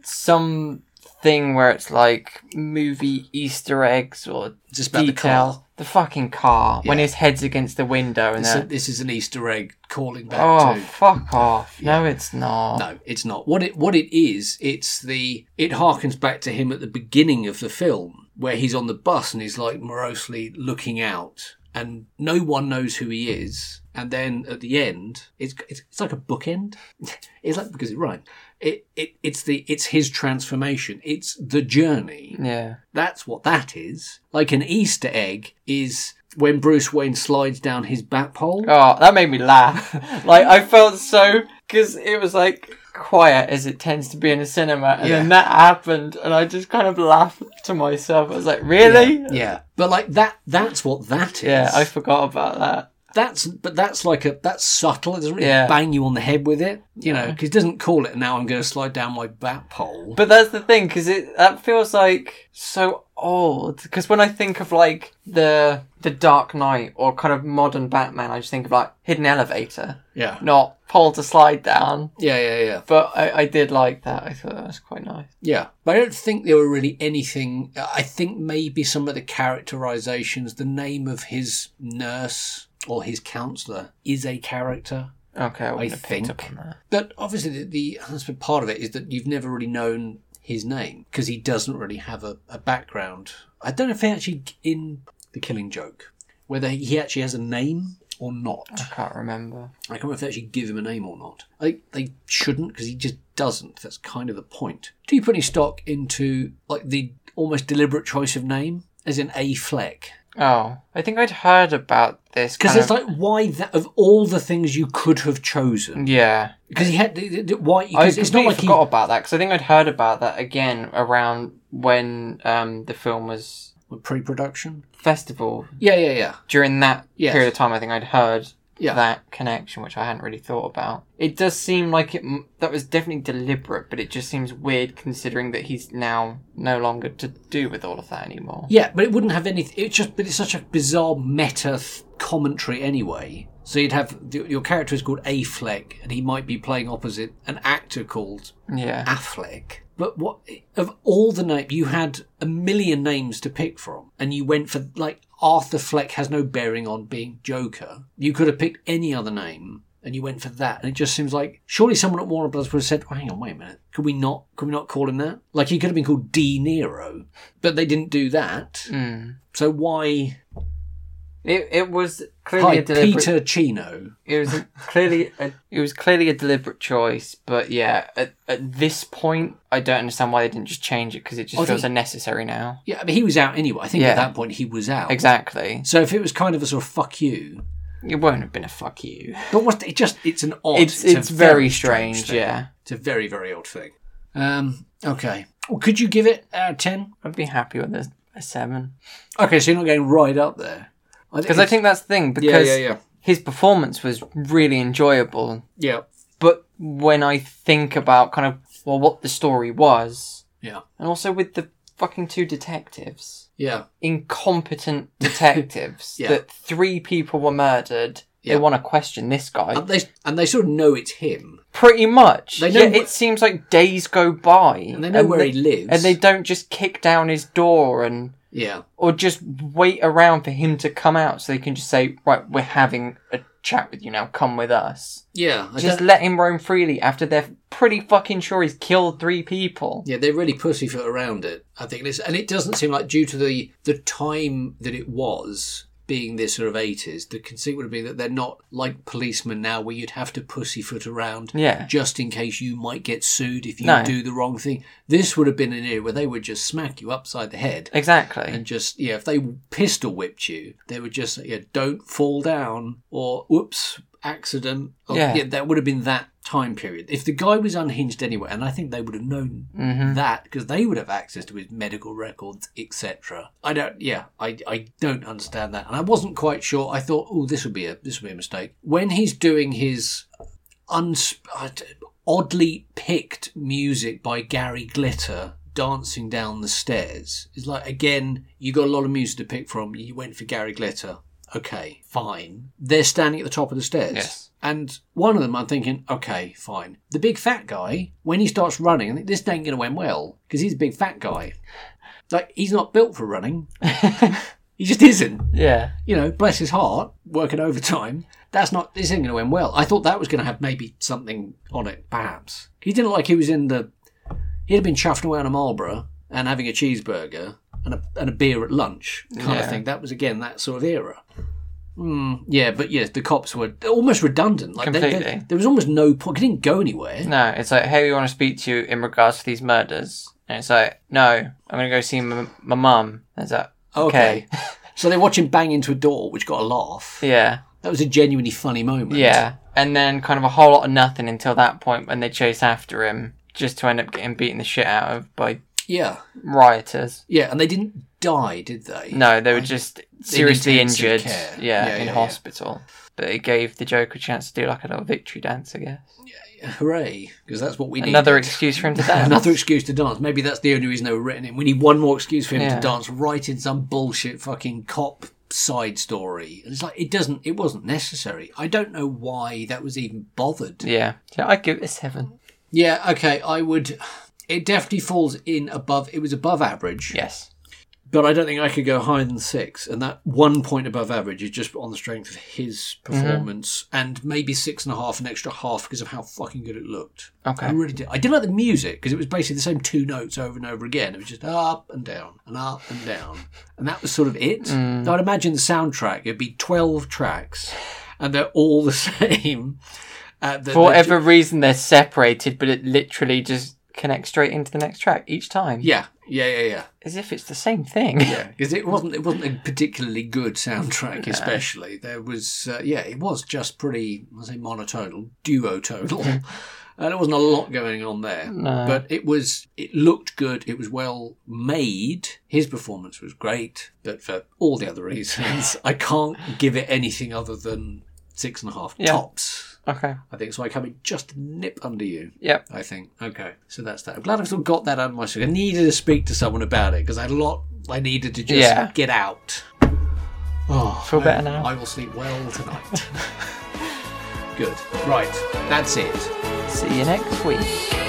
some thing where it's like movie Easter eggs or just about the details. car. The, fucking car when Yeah. his head's against the window and This, that. this is an Easter egg calling back Oh, to fuck off! No, it's not. No, it's not. What it what it is, it's the it harkens back to him at the beginning of the film where he's on the bus and he's like morosely looking out and no one knows who he is. And then at the end, it's it's, it's like a bookend. It's like because it rhymed. It, it it's the it's his transformation. It's the journey. Yeah, That's what that is. Like an Easter egg is when Bruce Wayne slides down his bat pole. Oh, that made me laugh. like I felt so because it was like quiet as it tends to be in a cinema, and then that happened, and I just kind of laughed to myself. I was like, really? Yeah, Yeah, but like that—that's what that is. I forgot about that. that's but that's like a that's subtle. It doesn't really Yeah. bang you on the head with it, you know, because it doesn't call it. Now I'm going to slide down my bat pole. But that's the thing because it that feels like so old. Because when I think of like the the Dark Knight or kind of modern Batman, I just think of like hidden elevator, yeah, not pole to slide down. yeah, yeah, yeah, But I, I did like that. I thought that was quite nice. yeah. But I don't think there were really anything. I think maybe some of the characterizations, the name of his nurse or his counselor is a character. Okay, I wouldn't I have picked up think- on that. But obviously, the, the that's been part of it is that you've never really known his name because he doesn't really have a, a background. I don't know if he actually in the Killing Joke whether he actually has a name or not. I can't remember. I can't remember if they actually give him a name or not. I think they shouldn't because he just doesn't. That's kind of the point. Do you put any stock into like the almost deliberate choice of name, as in A Fleck? Oh, I think I'd heard about this Because kind it's of- like why that of all the things you could have chosen yeah. because he had the- the- why I because it's completely not like he forgot about that because I think I'd heard about that again around when um, the film was pre-production. festival Yeah, yeah, yeah. during that Yes. period of time, I think I'd heard Yeah. that connection, which I hadn't really thought about. It does seem like it m- that was definitely deliberate, but it just seems weird considering that he's now no longer to do with all of that anymore. Yeah, but it wouldn't have anything. It's just, but it's such a bizarre meta th- commentary anyway. So you'd have your your character is called Affleck, and he might be playing opposite an actor called Yeah, Affleck. But what of all the name you had a million names to pick from, and you went for like Arthur Fleck has no bearing on being Joker. You could have picked any other name, and you went for that. And it just seems like surely someone at Warner Brothers would have said, oh, "Hang on, wait a minute. Could we not? Could we not call him that? Like he could have been called D Nero, but they didn't do that. Mm. So why? it it was clearly Hi, a deliberate. Peter Chino. It was a- clearly a, it was clearly a deliberate choice, but yeah, at, at this point, I don't understand why they didn't just change it because it just I feels think- unnecessary now. Yeah, I mean he was out anyway. I think Yeah. at that point he was out. Exactly, So if it was kind of a sort of fuck you, it won't have been a fuck you. But what it just it's an odd It's a it's, very strange, thing. yeah. It's a very, very odd thing. Um okay. Well, could you give it uh, ten? I'd be happy with a, a seven Okay, so you're not going right up there. because I think that's the thing Yeah, because yeah, yeah. his performance was really enjoyable, Yeah. but when I think about kind of well what the story was, Yeah. and also with the fucking two detectives, Yeah. incompetent detectives Yeah. that three people were murdered. Yeah. They want to question this guy. And they and they sort of know it's him. Pretty much. They know yeah, wh- it seems like days go by. And they know where he lives. And they don't just kick down his door and Yeah. or just wait around for him to come out so they can just say, Right, we're having a chat with you now, come with us. Yeah. I Just don't- let him roam freely after they're pretty fucking sure he's killed three people. yeah, they really pussyfoot around it. I think this, and it doesn't seem like due to the the time that it was being this sort of eighties, the conceit would have been that they're not like policemen now, where you'd have to pussyfoot around Yeah. just in case you might get sued if you No. do the wrong thing. This would have been an era where they would just smack you upside the head Exactly. and just yeah, if they pistol whipped you, they would just say, yeah, don't fall down or whoops, accident. Or, Yeah. that would have been that time period. If the guy was unhinged anyway, and I think they would have known Mm-hmm. that because they would have access to his medical records, etc. I don't, yeah, I, I don't understand that, and I wasn't quite sure. I thought, oh, this would be a this would be a mistake when he's doing his uns- I d- oddly picked music by Gary Glitter dancing down the stairs. It's like again, you got a lot of music to pick from. You went for Gary Glitter. Okay, fine. They're standing at the top of the stairs. Yes. And one of them, I'm thinking, okay, fine. The big fat guy, when he starts running, I think this ain't going to end well because he's a big fat guy. Like he's not built for running. he just isn't yeah. you know, bless his heart, working overtime. That's not this isn't going to end well. I thought that was going to have maybe something on it, perhaps. He didn't look like he was in the. He'd have been chuffing away on a Marlboro and having a cheeseburger and a and a beer at lunch kind of Yeah. thing. That was again that sort of era. Mm, yeah, but yes, the cops were almost redundant. Like they- they- Completely. there was almost no point. He didn't go anywhere. No, it's like, hey, we want to speak to you in regards to these murders. And it's like, no, I'm going to go see my, my mum. And it's like, okay. So they watch him bang into a door, which got a laugh. Yeah. That was a genuinely funny moment. Yeah. And then kind of a whole lot of nothing until that point when they chase after him, just to end up getting beaten the shit out of by Yeah. rioters. Yeah. And they didn't die, did they? No, they were just seriously intensive injured. care. Yeah, Yeah, in yeah, yeah. hospital. But it gave the Joker a chance to do like a little victory dance, I guess. Hooray. Because that's what we need. Another excuse for him to dance. Another excuse to dance. Maybe that's the only reason they were written in. We need one more excuse for him Yeah. to dance right in some bullshit fucking cop side story. And it's like it doesn't it wasn't necessary. I don't know why that was even bothered. Yeah. yeah. I'd give it a seven. Yeah, okay, I would it definitely falls in above it was above average. Yes. But I don't think I could go higher than six. And that one point above average is just on the strength of his Mm-hmm. performance and maybe six and a half, an extra half because of how fucking good it looked. Okay. I really did. I did like the music because it was basically the same two notes over and over again. It was just up and down and up and down. And that was sort of it. Mm. I'd imagine the soundtrack, it'd be 12 tracks and they're all the same. Uh, they're- they're For whatever reason, they're separated, but it literally just connects straight into the next track each time. ju- Yeah, yeah, yeah, yeah. As if it's the same thing. Yeah, because it wasn't it wasn't a particularly good soundtrack, especially there was uh, yeah it was just pretty I say monotonal, duotonal, and there wasn't a lot going on there. No. But it was it looked good, it was well made. His performance was great, but for all the other reasons, I can't give it anything other than six and a half Yeah. tops. Okay. I think so. I come in just a nip under you. Yep. I think. Okay, so that's that. I'm glad I've still got that out of my system. I needed to speak to someone about it because I had a lot. I needed to just Yeah. get out. Oh, Feel I- better now? I will sleep well tonight. Good. Right, that's it. See you next week.